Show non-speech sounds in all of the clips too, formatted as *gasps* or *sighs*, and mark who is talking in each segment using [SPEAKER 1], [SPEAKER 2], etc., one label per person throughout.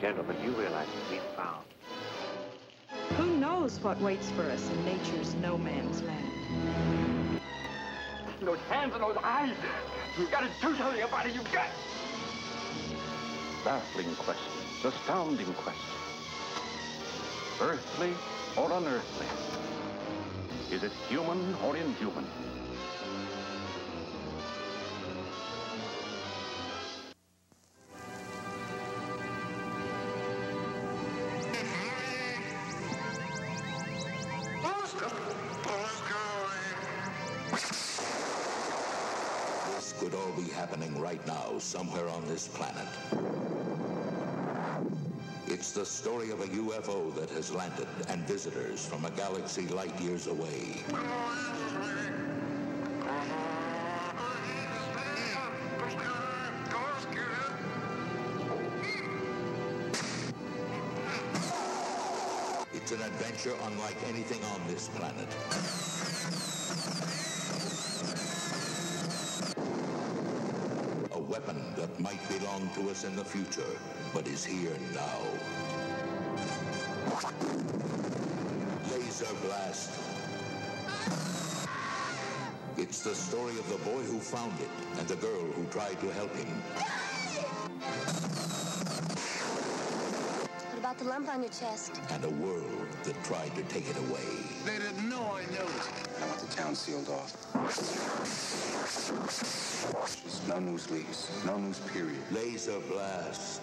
[SPEAKER 1] Gentlemen, you realize that we've found
[SPEAKER 2] Who knows what waits for us in nature's no man's land?
[SPEAKER 3] those hands and those eyes. You've got to do something about it. You've got.
[SPEAKER 1] baffling questions, astounding questions. Earthly or unearthly? Is it human or inhuman?
[SPEAKER 4] This could all be happening right now, somewhere on this planet. It's the story of a UFO that has landed and visitors from a galaxy light years away. It's an adventure unlike anything on this planet. A weapon that might belong to us in the future, but is here now. Laser Blast. It's the story of the boy who found it and the girl who tried to help him.
[SPEAKER 5] What about the lump on your chest?
[SPEAKER 4] and a world that tried to take it away.
[SPEAKER 6] They didn't know I knew.
[SPEAKER 7] I want the town sealed off. There's no news leaks, no news period.
[SPEAKER 4] Laser blast.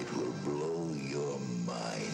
[SPEAKER 4] It will blow your mind.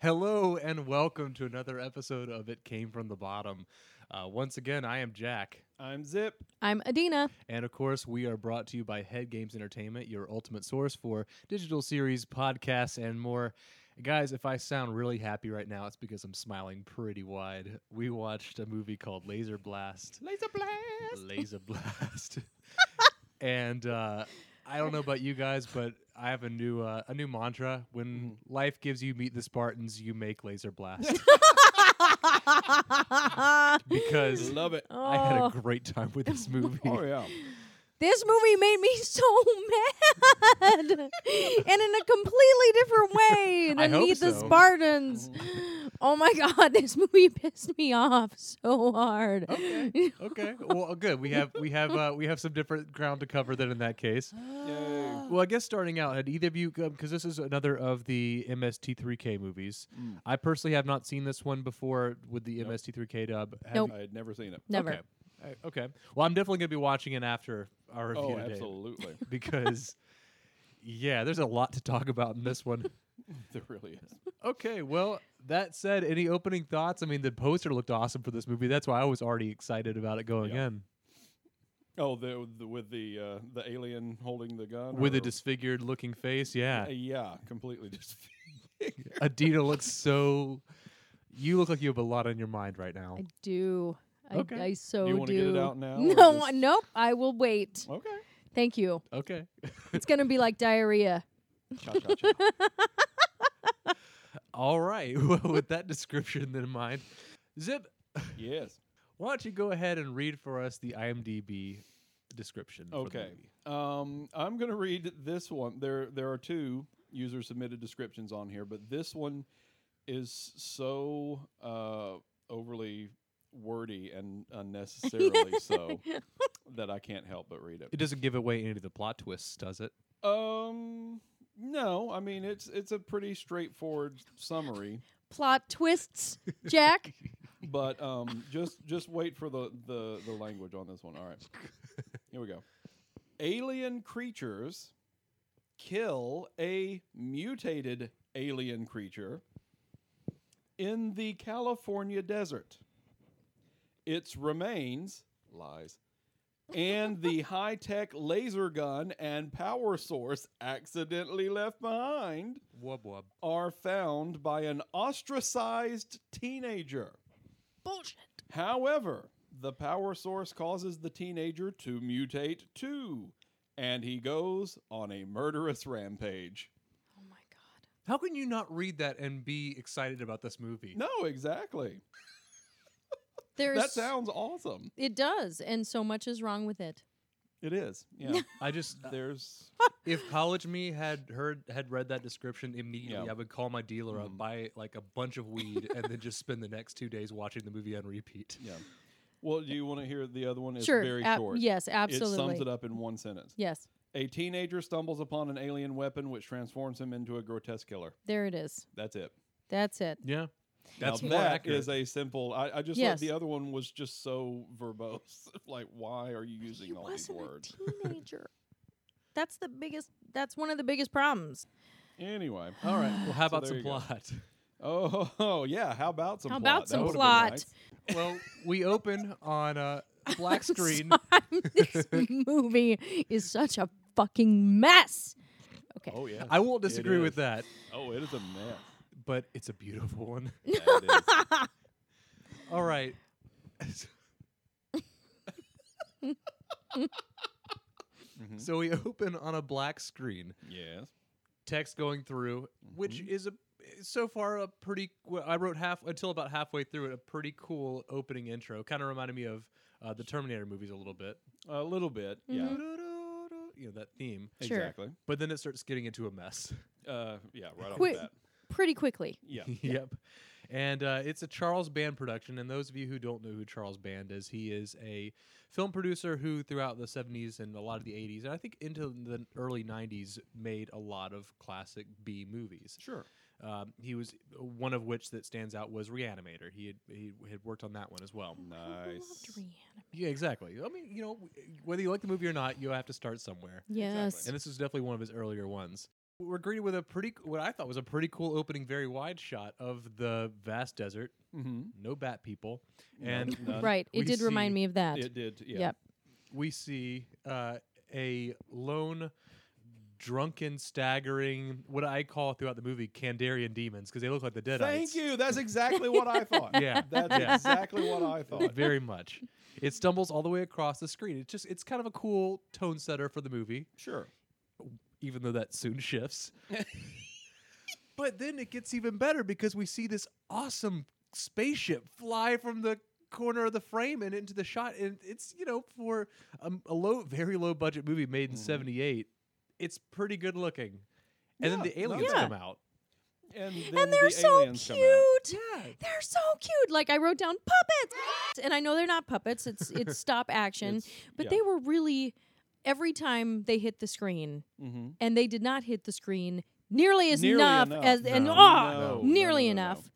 [SPEAKER 8] Hello and welcome to another episode of It Came From the Bottom. Uh, once again, I am Jack.
[SPEAKER 9] I'm Zip.
[SPEAKER 10] I'm Adina.
[SPEAKER 8] And of course, we are brought to you by Head Games Entertainment, your ultimate source for digital series, podcasts, and more. Guys, if I sound really happy right now, it's because I'm smiling pretty wide. We watched a movie called Laser Blast.
[SPEAKER 10] Laser blast.
[SPEAKER 8] Laser Blast. *laughs* and uh, I don't know about you guys, but I have a new uh, a new mantra. When
[SPEAKER 10] Mm-hmm.
[SPEAKER 8] life gives you meet the Spartans, you make Laser
[SPEAKER 10] *laughs*
[SPEAKER 8] Blast. because
[SPEAKER 9] Love it.
[SPEAKER 8] I had a great time with
[SPEAKER 10] *laughs*
[SPEAKER 8] this movie.
[SPEAKER 9] Oh yeah.
[SPEAKER 10] This movie made me *laughs* so mad, and in a completely different
[SPEAKER 9] *laughs*
[SPEAKER 10] way
[SPEAKER 8] I
[SPEAKER 10] than
[SPEAKER 8] hope
[SPEAKER 10] Meet the
[SPEAKER 8] so.
[SPEAKER 10] Spartans. *gasps* Oh my god, this movie pissed me off so hard.
[SPEAKER 8] Okay. okay. Well, uh, good. We have we have uh, we have some different ground to cover then in that case. Well, I guess starting out, had either of you because this is another of the MST3K movies.
[SPEAKER 9] Mm.
[SPEAKER 8] I personally have not seen this one before with the MST3K dub. Have
[SPEAKER 10] Nope.
[SPEAKER 8] you-
[SPEAKER 9] I had never seen it.
[SPEAKER 10] Never.
[SPEAKER 8] Okay. All right, Okay. Well, I'm definitely gonna be watching it after our review
[SPEAKER 9] Oh,
[SPEAKER 8] today
[SPEAKER 9] absolutely.
[SPEAKER 8] *laughs* because yeah, there's a lot to talk about in
[SPEAKER 9] *laughs*
[SPEAKER 8] this one.
[SPEAKER 9] there really is.
[SPEAKER 8] Okay, well, that said, any opening thoughts? I mean, the poster looked awesome for this movie. That's why I was already excited about it going
[SPEAKER 9] Yeah.
[SPEAKER 8] in.
[SPEAKER 9] Oh, the, the with the uh, the alien holding the gun
[SPEAKER 8] With a
[SPEAKER 9] or-
[SPEAKER 8] disfigured looking face,
[SPEAKER 9] Uh,
[SPEAKER 8] yeah.
[SPEAKER 9] yeah, completely *laughs* just.
[SPEAKER 8] Adina looks so. You look like you have a lot on your mind right now.
[SPEAKER 10] *laughs* I do. I,
[SPEAKER 8] Okay.
[SPEAKER 10] I so
[SPEAKER 9] Do you wanna get it
[SPEAKER 10] do.
[SPEAKER 9] out now or
[SPEAKER 10] No,
[SPEAKER 9] just-
[SPEAKER 10] nope. I will wait.
[SPEAKER 9] Okay.
[SPEAKER 10] Thank you.
[SPEAKER 8] Okay.
[SPEAKER 10] It's gonna be like diarrhea.
[SPEAKER 9] Cha cha cha.
[SPEAKER 8] *laughs* All right. *laughs* Well, with that description in mind, Zip,
[SPEAKER 9] Yes.
[SPEAKER 8] why don't you go ahead and read for us the IMDb description? for the
[SPEAKER 9] Okay.
[SPEAKER 8] movie?
[SPEAKER 9] Um, I'm going to read this one. There, there are two user submitted descriptions on here, but this one is so uh, overly wordy and unnecessarily so that I can't help but read it.
[SPEAKER 8] It doesn't give away any of the plot twists, does it?
[SPEAKER 9] Um, no, I mean it's it's a pretty straightforward summary,
[SPEAKER 10] Plot twists,
[SPEAKER 9] *laughs*
[SPEAKER 10] Jack.
[SPEAKER 9] but um, just just wait for the the the language on this one. All right, here we go. Alien creatures kill a mutated alien creature in the California desert. Its remains lies. And the high tech laser gun and power source accidentally left behind
[SPEAKER 8] Wub wub.
[SPEAKER 9] are found by an ostracized teenager.
[SPEAKER 10] Bullshit.
[SPEAKER 9] However, The power source causes the teenager to mutate too, and he goes on a murderous rampage.
[SPEAKER 10] Oh my god.
[SPEAKER 8] How can you not read that and be excited about this movie?
[SPEAKER 9] No, exactly.
[SPEAKER 10] There's
[SPEAKER 9] That sounds awesome.
[SPEAKER 10] it does, and so much is wrong with it.
[SPEAKER 9] It is.
[SPEAKER 10] *laughs*
[SPEAKER 9] Yeah. *laughs*
[SPEAKER 8] I just
[SPEAKER 9] There's
[SPEAKER 8] if college me had heard had read that description immediately,
[SPEAKER 9] Yeah.
[SPEAKER 8] I would call my dealer up, buy like a bunch of weed, and then just spend the next two days watching the movie on repeat.
[SPEAKER 9] yeah. Well, do you want to hear the other one? It's
[SPEAKER 10] sure.
[SPEAKER 9] very
[SPEAKER 10] ab-
[SPEAKER 9] short.
[SPEAKER 10] Yes,
[SPEAKER 9] It
[SPEAKER 10] absolutely.
[SPEAKER 9] sums it up in one sentence.
[SPEAKER 10] Yes.
[SPEAKER 9] A teenager stumbles upon an alien weapon which transforms him into a grotesque killer.
[SPEAKER 10] There it is.
[SPEAKER 9] That's it.
[SPEAKER 10] That's it.
[SPEAKER 8] Yeah, that's
[SPEAKER 9] now
[SPEAKER 8] more
[SPEAKER 9] that
[SPEAKER 8] accurate.
[SPEAKER 9] is a simple. I, I just
[SPEAKER 10] Yes.
[SPEAKER 9] thought the other one was just so verbose. *laughs* like, why are you using all these words?
[SPEAKER 10] a teenager. that's the biggest. That's one of the biggest problems.
[SPEAKER 9] Anyway,
[SPEAKER 8] All right. Well, *laughs* how
[SPEAKER 9] So
[SPEAKER 8] about
[SPEAKER 9] there
[SPEAKER 8] some
[SPEAKER 9] you go.
[SPEAKER 8] plot?
[SPEAKER 9] oh, *laughs* yeah. How about some?
[SPEAKER 10] How
[SPEAKER 9] plot?
[SPEAKER 10] about
[SPEAKER 9] That
[SPEAKER 10] some
[SPEAKER 9] would've been
[SPEAKER 10] plot?
[SPEAKER 9] nice.
[SPEAKER 8] well, we open on a
[SPEAKER 10] *laughs*
[SPEAKER 8] black screen.
[SPEAKER 10] this movie is such a fucking mess. Okay.
[SPEAKER 9] Oh yeah.
[SPEAKER 8] *laughs* I won't disagree with
[SPEAKER 9] is.
[SPEAKER 8] that,
[SPEAKER 9] oh, it is a
[SPEAKER 10] *laughs*
[SPEAKER 9] mess.
[SPEAKER 8] but it's a beautiful one. *laughs*
[SPEAKER 9] Yeah, it is.
[SPEAKER 8] All right. Mm-hmm. So we open on a black screen,
[SPEAKER 9] yes.
[SPEAKER 8] text going through, which is a so far a pretty. Well, I wrote half until about halfway through it, a pretty cool opening intro. Kind of reminded me of uh, the Terminator movies a little bit.
[SPEAKER 9] A little bit. Yeah.
[SPEAKER 8] You know that theme,
[SPEAKER 10] Mm-hmm. Sure.
[SPEAKER 9] Exactly.
[SPEAKER 8] but then it starts getting into a mess.
[SPEAKER 9] Uh, yeah. Right off the
[SPEAKER 10] Quick-
[SPEAKER 9] bat.
[SPEAKER 10] Pretty quickly.
[SPEAKER 8] *laughs*
[SPEAKER 9] Yeah.
[SPEAKER 8] yep. And uh, it's a Charles Band production. And those of you who don't know who Charles Band is, he is a film producer who, throughout the 70s and a lot of the 80s, and I think into the early 90s, made a lot of classic B movies.
[SPEAKER 9] Sure.
[SPEAKER 8] Um, he was one of which that stands out was Reanimator. He had, he had worked on that one as well.
[SPEAKER 9] Nice.
[SPEAKER 10] Loved Rihanna.
[SPEAKER 8] Yeah, exactly. I mean, you know, w- whether you like the movie or not, you have to start somewhere.
[SPEAKER 10] Yes.
[SPEAKER 8] And this is definitely one of his earlier ones. We're greeted with a pretty, what I thought was a pretty cool opening, very wide shot of the vast desert
[SPEAKER 9] Mm-hmm.
[SPEAKER 8] no bat people,
[SPEAKER 9] No,
[SPEAKER 8] and
[SPEAKER 9] *laughs*
[SPEAKER 8] uh,
[SPEAKER 9] none.
[SPEAKER 10] Right. It
[SPEAKER 8] we
[SPEAKER 10] did remind
[SPEAKER 8] see-
[SPEAKER 10] me of that.
[SPEAKER 9] uh, It did. Yeah.
[SPEAKER 10] Yep.
[SPEAKER 8] we see uh, a lone, drunken, staggering, what I call throughout the movie Kandarian demons because they look like the Deadites.
[SPEAKER 9] Thank you. That's exactly what I thought.
[SPEAKER 8] *laughs* Yeah,
[SPEAKER 9] That's
[SPEAKER 8] yeah.
[SPEAKER 9] exactly what I thought. *laughs*
[SPEAKER 8] *laughs* Very much. It stumbles all the way across the screen. It's just it's kind of a cool tone setter for the movie,
[SPEAKER 9] Sure.
[SPEAKER 8] even though that soon *laughs* shifts. but then it gets even better because we see this awesome spaceship fly from the corner of the frame and into the shot and it's you know for a, a low very low budget movie made in 78 it's pretty good looking and then
[SPEAKER 9] Yeah,
[SPEAKER 8] the
[SPEAKER 9] no,
[SPEAKER 8] aliens
[SPEAKER 10] Yeah.
[SPEAKER 8] come out
[SPEAKER 9] And, then
[SPEAKER 10] and they're
[SPEAKER 9] the
[SPEAKER 10] so
[SPEAKER 9] aliens come out.
[SPEAKER 10] cute.
[SPEAKER 8] yeah
[SPEAKER 10] They're so cute. Like I wrote down puppets, and I know they're not puppets. It's it's
[SPEAKER 8] *laughs*
[SPEAKER 10] stop action,
[SPEAKER 9] It's-
[SPEAKER 10] but
[SPEAKER 9] yeah.
[SPEAKER 10] they were really every time they hit the screen,
[SPEAKER 9] Mhm.
[SPEAKER 10] and they did not hit the screen nearly as
[SPEAKER 9] Nearly
[SPEAKER 10] enough,
[SPEAKER 9] enough.
[SPEAKER 10] as and
[SPEAKER 8] No,
[SPEAKER 10] ah,
[SPEAKER 9] no, no,
[SPEAKER 10] nearly
[SPEAKER 9] no, no, no.
[SPEAKER 10] enough.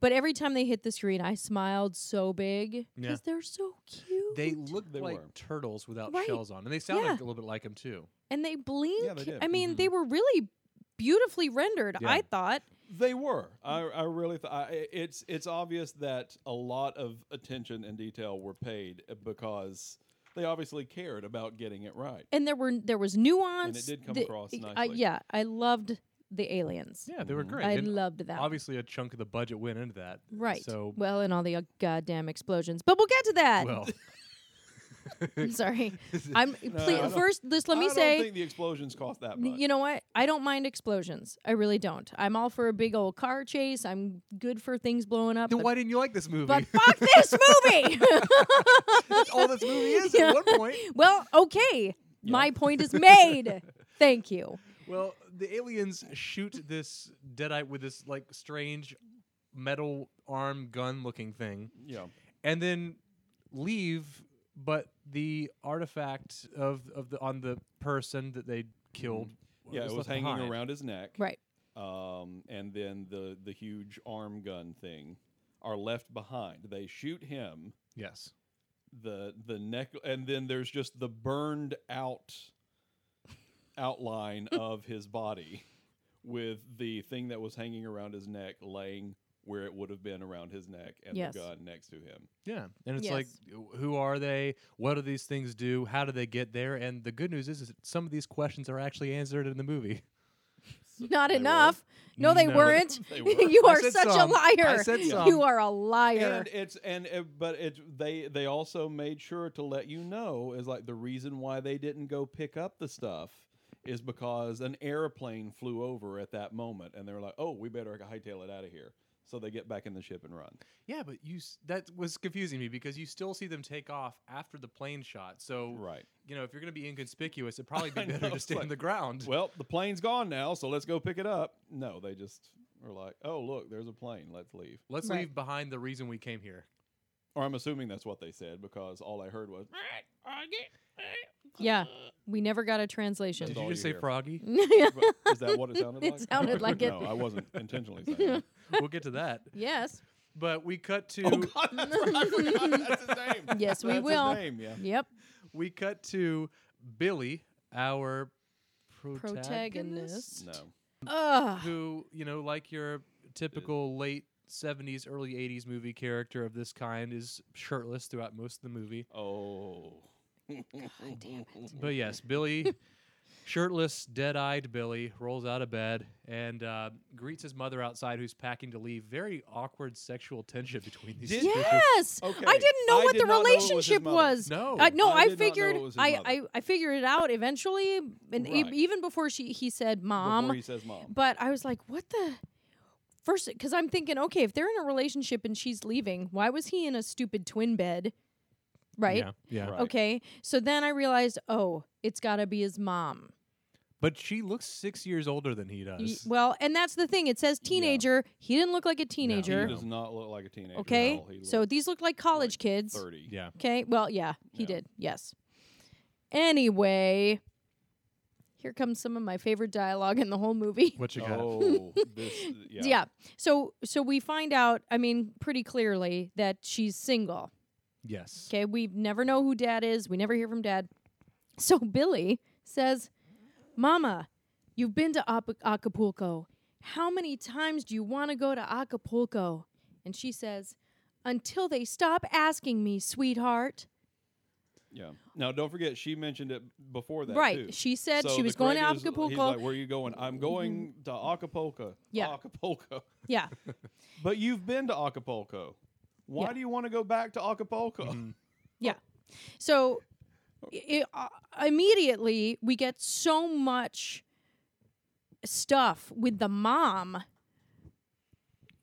[SPEAKER 10] But every time they hit the screen, I smiled so big
[SPEAKER 8] Yeah.
[SPEAKER 10] because they're so cute.
[SPEAKER 8] they look
[SPEAKER 9] They
[SPEAKER 8] like
[SPEAKER 9] were.
[SPEAKER 8] turtles without
[SPEAKER 10] Right.
[SPEAKER 8] shells on and they sound
[SPEAKER 10] Yeah.
[SPEAKER 8] like a little bit like them too
[SPEAKER 10] and they blink.
[SPEAKER 9] did.
[SPEAKER 10] I mean, they were really beautifully rendered.
[SPEAKER 8] Yeah.
[SPEAKER 10] I thought.
[SPEAKER 9] They were. I, I really thought it's it's obvious that a lot of attention and detail were paid uh, because they obviously cared about getting it right.
[SPEAKER 10] and there were there was nuance.
[SPEAKER 9] did come
[SPEAKER 10] The-
[SPEAKER 9] across
[SPEAKER 10] I-
[SPEAKER 9] nicely.
[SPEAKER 10] yeah, I loved the aliens.
[SPEAKER 8] yeah they were great
[SPEAKER 10] I
[SPEAKER 8] And
[SPEAKER 10] loved that.
[SPEAKER 8] Mm-hmm. obviously a chunk of the budget went into that
[SPEAKER 10] right.
[SPEAKER 8] so
[SPEAKER 10] well, and all the uh, goddamn explosions, but we'll get to that.
[SPEAKER 8] well
[SPEAKER 10] *laughs* I'm sorry. I'm please,
[SPEAKER 9] I don't-
[SPEAKER 10] first. Just let me
[SPEAKER 9] I
[SPEAKER 10] say,
[SPEAKER 9] don't think the explosions cost that much.
[SPEAKER 10] you know what? I don't mind explosions. I really don't. I'm all for a big old car chase. I'm good for things blowing
[SPEAKER 8] *laughs*
[SPEAKER 10] up.
[SPEAKER 8] then
[SPEAKER 10] but,
[SPEAKER 8] why didn't you like this movie
[SPEAKER 10] *laughs* but fuck this movie. *laughs*
[SPEAKER 8] that's all this movie is
[SPEAKER 10] Yeah.
[SPEAKER 8] at one point
[SPEAKER 10] well, okay. My point is
[SPEAKER 9] *laughs*
[SPEAKER 10] made. Thank you.
[SPEAKER 8] Well, the aliens shoot this deadite with this like strange metal arm gun looking thing,
[SPEAKER 9] yeah.
[SPEAKER 8] and then leave. But the artifact of of the on the person that they killed,
[SPEAKER 9] Mm-hmm. Yeah, it was
[SPEAKER 8] left
[SPEAKER 9] hanging
[SPEAKER 8] behind.
[SPEAKER 9] around his neck.
[SPEAKER 10] Right.
[SPEAKER 9] Um, and then the the huge arm gun thing are left behind. They shoot him.
[SPEAKER 8] Yes,
[SPEAKER 9] the the neck and then there's just the burned out outline of his body with the thing that was hanging around his neck laying where it would have been around his neck and
[SPEAKER 10] Yes.
[SPEAKER 9] the gun next to him.
[SPEAKER 8] yeah, and it's like,
[SPEAKER 10] Yes.
[SPEAKER 8] w- who are they? What do these things
[SPEAKER 10] *laughs*
[SPEAKER 8] do? How do they get there? And the good news is, is that some of these questions are actually answered in the movie.
[SPEAKER 10] Not enough. No, they
[SPEAKER 8] No.
[SPEAKER 10] weren't.
[SPEAKER 9] *laughs* They
[SPEAKER 10] *laughs*
[SPEAKER 9] weren't.
[SPEAKER 10] you
[SPEAKER 8] I
[SPEAKER 10] are
[SPEAKER 8] said
[SPEAKER 10] such a
[SPEAKER 8] some. I
[SPEAKER 10] liar. *laughs*
[SPEAKER 8] said
[SPEAKER 10] You
[SPEAKER 8] some.
[SPEAKER 10] are a liar.
[SPEAKER 9] And it's and it, but it's they they also made sure to let you know is like the reason why they didn't go pick up the stuff is because an airplane flew over at that moment and they were like, oh, we better hightail it out of here. So they get back in the ship and run.
[SPEAKER 8] Yeah, but you s- that was confusing me because you still see them take off after the plane shot. So
[SPEAKER 9] Right.
[SPEAKER 8] you know, if you're going to be inconspicuous,
[SPEAKER 9] *laughs*
[SPEAKER 8] it'd probably
[SPEAKER 9] I
[SPEAKER 8] be better
[SPEAKER 9] know,
[SPEAKER 8] to
[SPEAKER 9] it's
[SPEAKER 8] stay
[SPEAKER 9] like,
[SPEAKER 8] on
[SPEAKER 9] *laughs*
[SPEAKER 8] the ground.
[SPEAKER 9] Well, the plane's gone now, so let's go pick it up. No, they just were like, oh, look, there's a plane. Let's leave.
[SPEAKER 8] Let's
[SPEAKER 10] Right.
[SPEAKER 8] leave behind the reason we came here.
[SPEAKER 9] Or I'm assuming that's what they said because all I heard was.
[SPEAKER 10] *laughs* yeah. We never got a translation.
[SPEAKER 9] That's
[SPEAKER 8] Did
[SPEAKER 9] all
[SPEAKER 8] you just
[SPEAKER 9] you
[SPEAKER 8] say
[SPEAKER 9] hear.
[SPEAKER 8] froggy?
[SPEAKER 9] *laughs* Is that what *laughs* it sounded
[SPEAKER 10] It
[SPEAKER 9] like?
[SPEAKER 10] sounded like it.
[SPEAKER 9] No, I *laughs* wasn't intentionally saying that.
[SPEAKER 8] we'll get to that.
[SPEAKER 10] *laughs* yes.
[SPEAKER 8] But we cut to
[SPEAKER 9] Oh God, that's right. I *laughs* forgot that's his name.
[SPEAKER 10] Yes, we
[SPEAKER 9] That's his
[SPEAKER 10] will.
[SPEAKER 9] name, yeah.
[SPEAKER 10] Yep.
[SPEAKER 8] we cut to Billy, our protagonist,
[SPEAKER 10] Protagonist.
[SPEAKER 9] No.
[SPEAKER 10] Ugh.
[SPEAKER 8] who you know, like your typical late. 70s, early 80s movie character of this kind is shirtless throughout most of the movie.
[SPEAKER 9] Oh.
[SPEAKER 8] But yes, Billy, *laughs* shirtless, dead eyed Billy, rolls out of bed and uh, greets his mother outside who's packing to leave. Very awkward sexual tension between these
[SPEAKER 9] Did-
[SPEAKER 8] two.
[SPEAKER 10] Yes.
[SPEAKER 9] Okay.
[SPEAKER 10] I didn't know
[SPEAKER 9] I
[SPEAKER 10] what
[SPEAKER 9] did
[SPEAKER 10] the
[SPEAKER 9] not know it was his
[SPEAKER 10] relationship
[SPEAKER 9] mother.
[SPEAKER 10] was.
[SPEAKER 8] No.
[SPEAKER 10] I, no,
[SPEAKER 9] Oh, I did not
[SPEAKER 10] I,
[SPEAKER 9] know
[SPEAKER 10] figured
[SPEAKER 9] it was his
[SPEAKER 10] I,
[SPEAKER 9] mother.
[SPEAKER 10] I I figured it out eventually, and e-
[SPEAKER 9] Right.
[SPEAKER 10] even before she he said mom.
[SPEAKER 9] Before he says mom.
[SPEAKER 10] But I was like, what the first? Because I'm thinking, okay, if they're in a relationship and she's leaving, why was he in a stupid twin bed? *laughs* Right.
[SPEAKER 8] Yeah. yeah.
[SPEAKER 9] Right.
[SPEAKER 10] Okay. So then I realized, oh, it's got to be his mom.
[SPEAKER 8] But she looks six years older than he
[SPEAKER 10] Y-
[SPEAKER 8] does.
[SPEAKER 10] well, and that's the thing. It says teenager. He didn't look like a
[SPEAKER 9] He
[SPEAKER 10] teenager.
[SPEAKER 9] does not look like a teenager.
[SPEAKER 10] okay.
[SPEAKER 9] At all. He
[SPEAKER 10] So
[SPEAKER 9] looks
[SPEAKER 10] these look like college kids.
[SPEAKER 9] 30.
[SPEAKER 8] yeah.
[SPEAKER 10] Okay. Well, yeah, he
[SPEAKER 9] Yeah.
[SPEAKER 10] did. Yes. Anyway, here comes some of my favorite dialogue in the whole movie. *laughs*
[SPEAKER 8] What you got?
[SPEAKER 9] Oh, *laughs* this, yeah.
[SPEAKER 10] yeah. So so we find out, I mean, pretty clearly that she's single.
[SPEAKER 8] Yes.
[SPEAKER 10] Okay, we never know who dad is. We never hear from dad. So *laughs* Billy says, Mama, you've been to Ap- Acapulco. How many times do you want to go to Acapulco? And she says, Until they stop asking me, sweetheart.
[SPEAKER 9] Yeah. Now, don't forget, she mentioned it before that.
[SPEAKER 10] Right.
[SPEAKER 9] too.
[SPEAKER 10] She said
[SPEAKER 9] So the
[SPEAKER 10] she was going to
[SPEAKER 9] Greg is- He's
[SPEAKER 10] Acapulco. Mm-hmm.
[SPEAKER 9] like, Where are you going? I'm going to Acapulco.
[SPEAKER 10] Yeah.
[SPEAKER 9] Acapulco. *laughs*
[SPEAKER 10] Yeah.
[SPEAKER 9] "Oh." But you've been to Acapulco. Why
[SPEAKER 10] Yeah.
[SPEAKER 9] do you want to go back to Acapulco?
[SPEAKER 8] Mm-hmm.
[SPEAKER 10] Yeah. So i i- uh, immediately we get so much stuff with the mom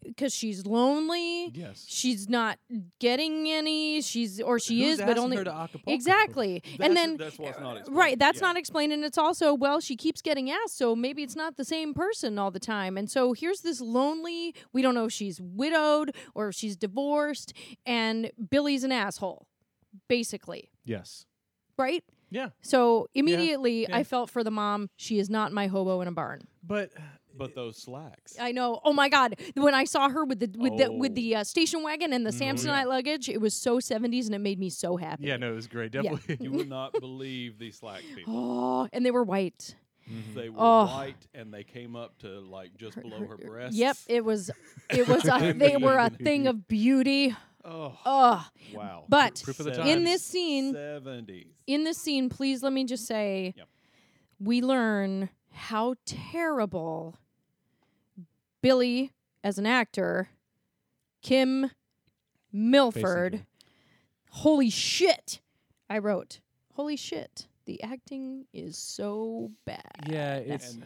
[SPEAKER 10] because she's lonely.
[SPEAKER 8] Yes.
[SPEAKER 10] She's not getting any. She's or she
[SPEAKER 8] Who's
[SPEAKER 10] is, but
[SPEAKER 8] asking
[SPEAKER 10] only
[SPEAKER 8] her to Acapulco?
[SPEAKER 10] exactly.
[SPEAKER 9] That's-
[SPEAKER 10] and then
[SPEAKER 9] that's what's not explained.
[SPEAKER 10] right. That's
[SPEAKER 9] Yeah.
[SPEAKER 10] not explained, and it's also well, she keeps getting asked, so maybe it's not the same person all the time. And so here's this lonely. We don't know if she's widowed or if she's divorced, and Billy's an asshole, basically.
[SPEAKER 8] Yes.
[SPEAKER 10] Right.
[SPEAKER 8] Yeah.
[SPEAKER 10] So immediately,
[SPEAKER 8] yeah.
[SPEAKER 10] I felt for the mom. She is not my hobo in a barn.
[SPEAKER 8] But
[SPEAKER 9] But those slacks.
[SPEAKER 10] I know. Oh my God! When I saw her with the with the with
[SPEAKER 9] Oh. Mm-hmm.
[SPEAKER 10] the uh, station wagon and the Samsonite luggage, it was so seventies, and it made me so happy.
[SPEAKER 8] yeah, no, it was great.
[SPEAKER 10] Yeah.
[SPEAKER 8] Definitely. *laughs*
[SPEAKER 9] You would
[SPEAKER 10] *laughs*
[SPEAKER 9] not believe these slack people.
[SPEAKER 10] Oh, *gasps* and they were white.
[SPEAKER 9] They were
[SPEAKER 10] Oh.
[SPEAKER 9] white and they came up to like just below her breasts.
[SPEAKER 10] Yep, it was.
[SPEAKER 9] *laughs*
[SPEAKER 10] It was. A, they were a thing of beauty.
[SPEAKER 9] Oh,
[SPEAKER 10] Ugh.
[SPEAKER 9] wow.
[SPEAKER 10] But
[SPEAKER 8] Proof of the
[SPEAKER 10] in
[SPEAKER 8] times.
[SPEAKER 10] this scene,
[SPEAKER 9] 70s.
[SPEAKER 10] in this scene, please let me just say,
[SPEAKER 9] Yep.
[SPEAKER 10] we learn how terrible Billy as an actor, Kim Milford. Holy shit! I wrote, holy shit. The acting is so bad.
[SPEAKER 8] yeah, it's
[SPEAKER 9] And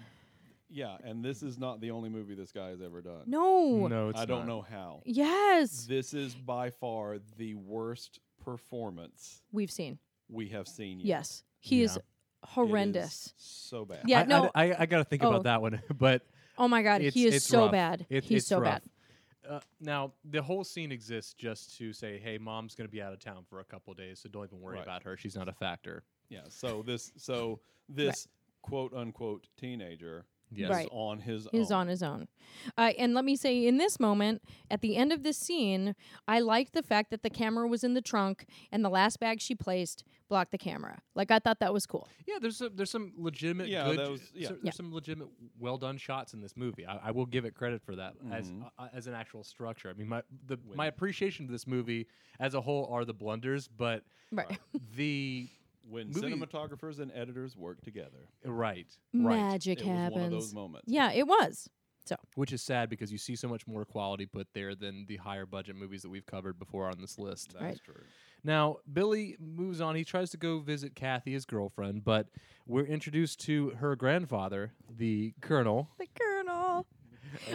[SPEAKER 9] yeah, and this is not the only movie this guy has ever done.
[SPEAKER 10] No.
[SPEAKER 8] no, it's
[SPEAKER 9] I don't
[SPEAKER 8] not.
[SPEAKER 9] know how.
[SPEAKER 10] Yes,
[SPEAKER 9] This is by far the worst performance
[SPEAKER 10] we've seen.
[SPEAKER 9] we have seen yet.
[SPEAKER 10] Yes, he is
[SPEAKER 8] Yeah.
[SPEAKER 9] It is
[SPEAKER 10] horrendous.
[SPEAKER 9] so bad.
[SPEAKER 10] Yeah,
[SPEAKER 8] I, I-
[SPEAKER 10] no.
[SPEAKER 8] I, I got to think
[SPEAKER 10] Oh.
[SPEAKER 8] about that one, *laughs* but
[SPEAKER 10] oh my god,
[SPEAKER 8] it's,
[SPEAKER 10] he is
[SPEAKER 8] it's
[SPEAKER 10] so
[SPEAKER 8] rough.
[SPEAKER 10] bad.
[SPEAKER 8] It-
[SPEAKER 10] He's
[SPEAKER 8] it's
[SPEAKER 10] so
[SPEAKER 8] rough.
[SPEAKER 10] bad.
[SPEAKER 8] Uh, now the whole scene exists just to say, "Hey, mom's going to be out of town for a couple days, so don't even worry
[SPEAKER 9] Right.
[SPEAKER 8] about her. She's not a factor."
[SPEAKER 9] Yeah. So this so this quote unquote teenager
[SPEAKER 8] Yes.
[SPEAKER 10] Right.
[SPEAKER 9] is on his
[SPEAKER 10] is
[SPEAKER 9] own.
[SPEAKER 10] on his own. Uh, and let me say, in this moment, at the end of this scene, I liked the fact that the camera was in the trunk and the last bag she placed blocked the camera. Like, I thought that was cool.
[SPEAKER 8] Yeah, there's some there's some legitimate
[SPEAKER 9] Yeah,
[SPEAKER 8] good
[SPEAKER 9] that was- yeah.
[SPEAKER 8] so- there's
[SPEAKER 10] Yeah.
[SPEAKER 8] some legitimate well done shots in this movie. I, I will give it credit for that as
[SPEAKER 9] Mhm.
[SPEAKER 8] uh, as an actual structure. I mean, my the
[SPEAKER 10] *laughs*
[SPEAKER 8] my appreciation of this movie as a whole are the blunders, but
[SPEAKER 10] Right.
[SPEAKER 8] the
[SPEAKER 9] when
[SPEAKER 8] Movie-
[SPEAKER 9] cinematographers and editors work together.
[SPEAKER 8] Right. Right.
[SPEAKER 10] Magic
[SPEAKER 9] it was
[SPEAKER 10] happens.
[SPEAKER 9] one of those moments.
[SPEAKER 10] Yeah, it was.
[SPEAKER 8] Which is sad because you see so much more quality put there than the higher budget movies that we've covered before on this list.
[SPEAKER 9] That's
[SPEAKER 10] Right.
[SPEAKER 9] true.
[SPEAKER 8] Now, Billy moves on. He tries to go visit Kathy, his girlfriend, but we're introduced to her grandfather, the Colonel.
[SPEAKER 10] The Colonel.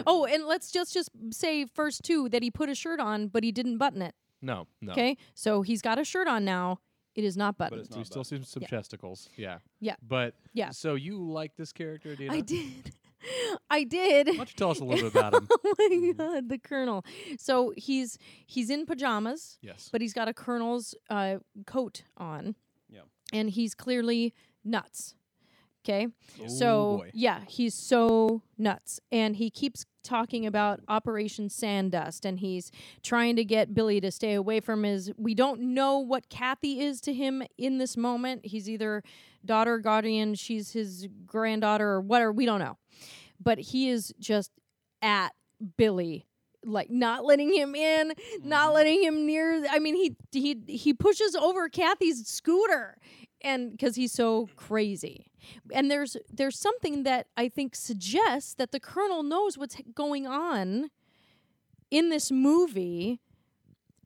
[SPEAKER 10] Oh, and let's just just say first too that he put a shirt on, but he didn't button it.
[SPEAKER 8] No, no.
[SPEAKER 10] Okay, so he's got a shirt on now. It is not
[SPEAKER 9] But
[SPEAKER 10] buttoned.
[SPEAKER 9] it's
[SPEAKER 8] So we
[SPEAKER 9] not
[SPEAKER 8] still
[SPEAKER 9] bad.
[SPEAKER 8] see some
[SPEAKER 10] Yeah.
[SPEAKER 8] chesticles. Yeah.
[SPEAKER 10] Yeah.
[SPEAKER 8] But
[SPEAKER 10] Yeah.
[SPEAKER 8] So you like this character, Dina?
[SPEAKER 10] I did. *laughs* I did.
[SPEAKER 8] Why don't you tell us a little bit
[SPEAKER 10] *laughs*
[SPEAKER 8] about him?
[SPEAKER 10] oh my god, the colonel. So he's he's in pajamas,
[SPEAKER 8] Yes.
[SPEAKER 10] but he's got a colonel's uh, coat on.
[SPEAKER 9] Yeah.
[SPEAKER 10] And he's clearly nuts. Okay.
[SPEAKER 8] Oh,
[SPEAKER 10] so *laughs*
[SPEAKER 8] boy.
[SPEAKER 10] yeah, he's so nuts, and he keeps talking about Operation Sandust, and he's trying to get Billy to stay away from his. We don't know what Kathy is to him in this moment. He's either daughter, guardian, she's his granddaughter, or whatever. We don't know, but he is just at Billy. Like not letting him in,
[SPEAKER 8] Mm-hmm.
[SPEAKER 10] not letting him near. I mean, he he he pushes over Kathy's scooter, and because he's so crazy and there's there's something that I think suggests that the colonel knows what's h- going on in this movie,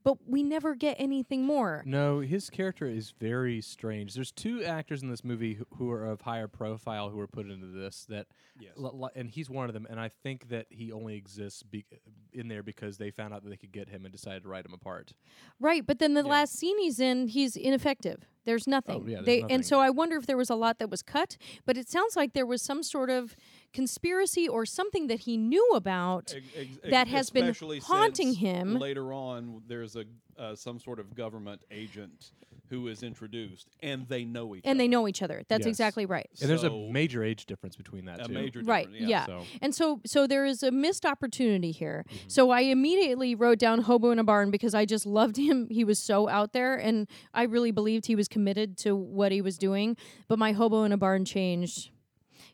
[SPEAKER 10] but we never get anything more.
[SPEAKER 8] No, his character is very strange. There's two actors in this movie who, who are of higher profile who were put into this that,
[SPEAKER 9] Yes.
[SPEAKER 8] li- li- and he's one of them. And I think that he only exists be- in there because they found out that they could get him and decided to write him apart.
[SPEAKER 10] Right, but then the last scene he's in, he's ineffective. There's nothing.
[SPEAKER 8] Oh, yeah, there's
[SPEAKER 10] they
[SPEAKER 8] nothing.
[SPEAKER 10] and so I wonder if there was a lot that was cut, but it sounds like there was some sort of conspiracy or something that he knew about.
[SPEAKER 9] Ex- ex- ex-
[SPEAKER 10] that has been
[SPEAKER 9] especially
[SPEAKER 10] haunting
[SPEAKER 9] since
[SPEAKER 10] him.
[SPEAKER 9] Later on, there's a uh, some sort of government agent who is introduced, and they know each other.
[SPEAKER 10] And they know each other. That's
[SPEAKER 8] Yes.
[SPEAKER 10] exactly right.
[SPEAKER 8] And there's a
[SPEAKER 9] So-
[SPEAKER 8] major age difference between that
[SPEAKER 9] a
[SPEAKER 8] too.
[SPEAKER 9] major
[SPEAKER 10] right
[SPEAKER 9] difference,
[SPEAKER 10] yeah,
[SPEAKER 8] so- Mm-hmm.
[SPEAKER 10] and so so there is a missed opportunity here so i immediately wrote down hobo in a barn because i just loved him he was so out there and i really believed he was committed to what he was doing but my hobo in a barn changed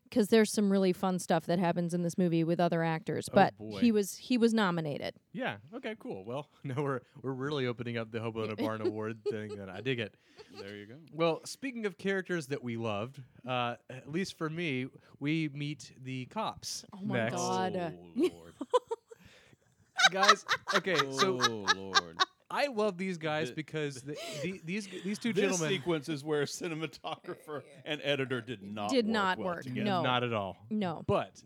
[SPEAKER 10] because there's some really fun stuff that happens in this movie with other actors but
[SPEAKER 8] Oh, boy.
[SPEAKER 10] he was he was nominated
[SPEAKER 8] Yeah. Okay. Cool. Well, *laughs* now we're we're really opening up the Hobo in a Barn *laughs* Award thing, and I dig it.
[SPEAKER 10] *laughs*
[SPEAKER 9] There you go.
[SPEAKER 8] Well, speaking of characters that we loved, uh, at least for me, we meet the cops
[SPEAKER 10] Oh my
[SPEAKER 8] next.
[SPEAKER 10] God. *laughs* uh,
[SPEAKER 9] Oh lord.
[SPEAKER 8] *laughs* guys. Okay,
[SPEAKER 10] *laughs*
[SPEAKER 8] so
[SPEAKER 9] oh *laughs* lord.
[SPEAKER 8] I love these guys
[SPEAKER 9] The-
[SPEAKER 8] because the, the, these these
[SPEAKER 9] *laughs*
[SPEAKER 8] two
[SPEAKER 9] This
[SPEAKER 8] gentlemen
[SPEAKER 9] sequence is where
[SPEAKER 10] *laughs*
[SPEAKER 9] cinematographer and editor did not
[SPEAKER 10] Did
[SPEAKER 9] work
[SPEAKER 10] not
[SPEAKER 9] well
[SPEAKER 10] work,
[SPEAKER 9] together.
[SPEAKER 10] no.
[SPEAKER 8] not at all.
[SPEAKER 10] no
[SPEAKER 8] But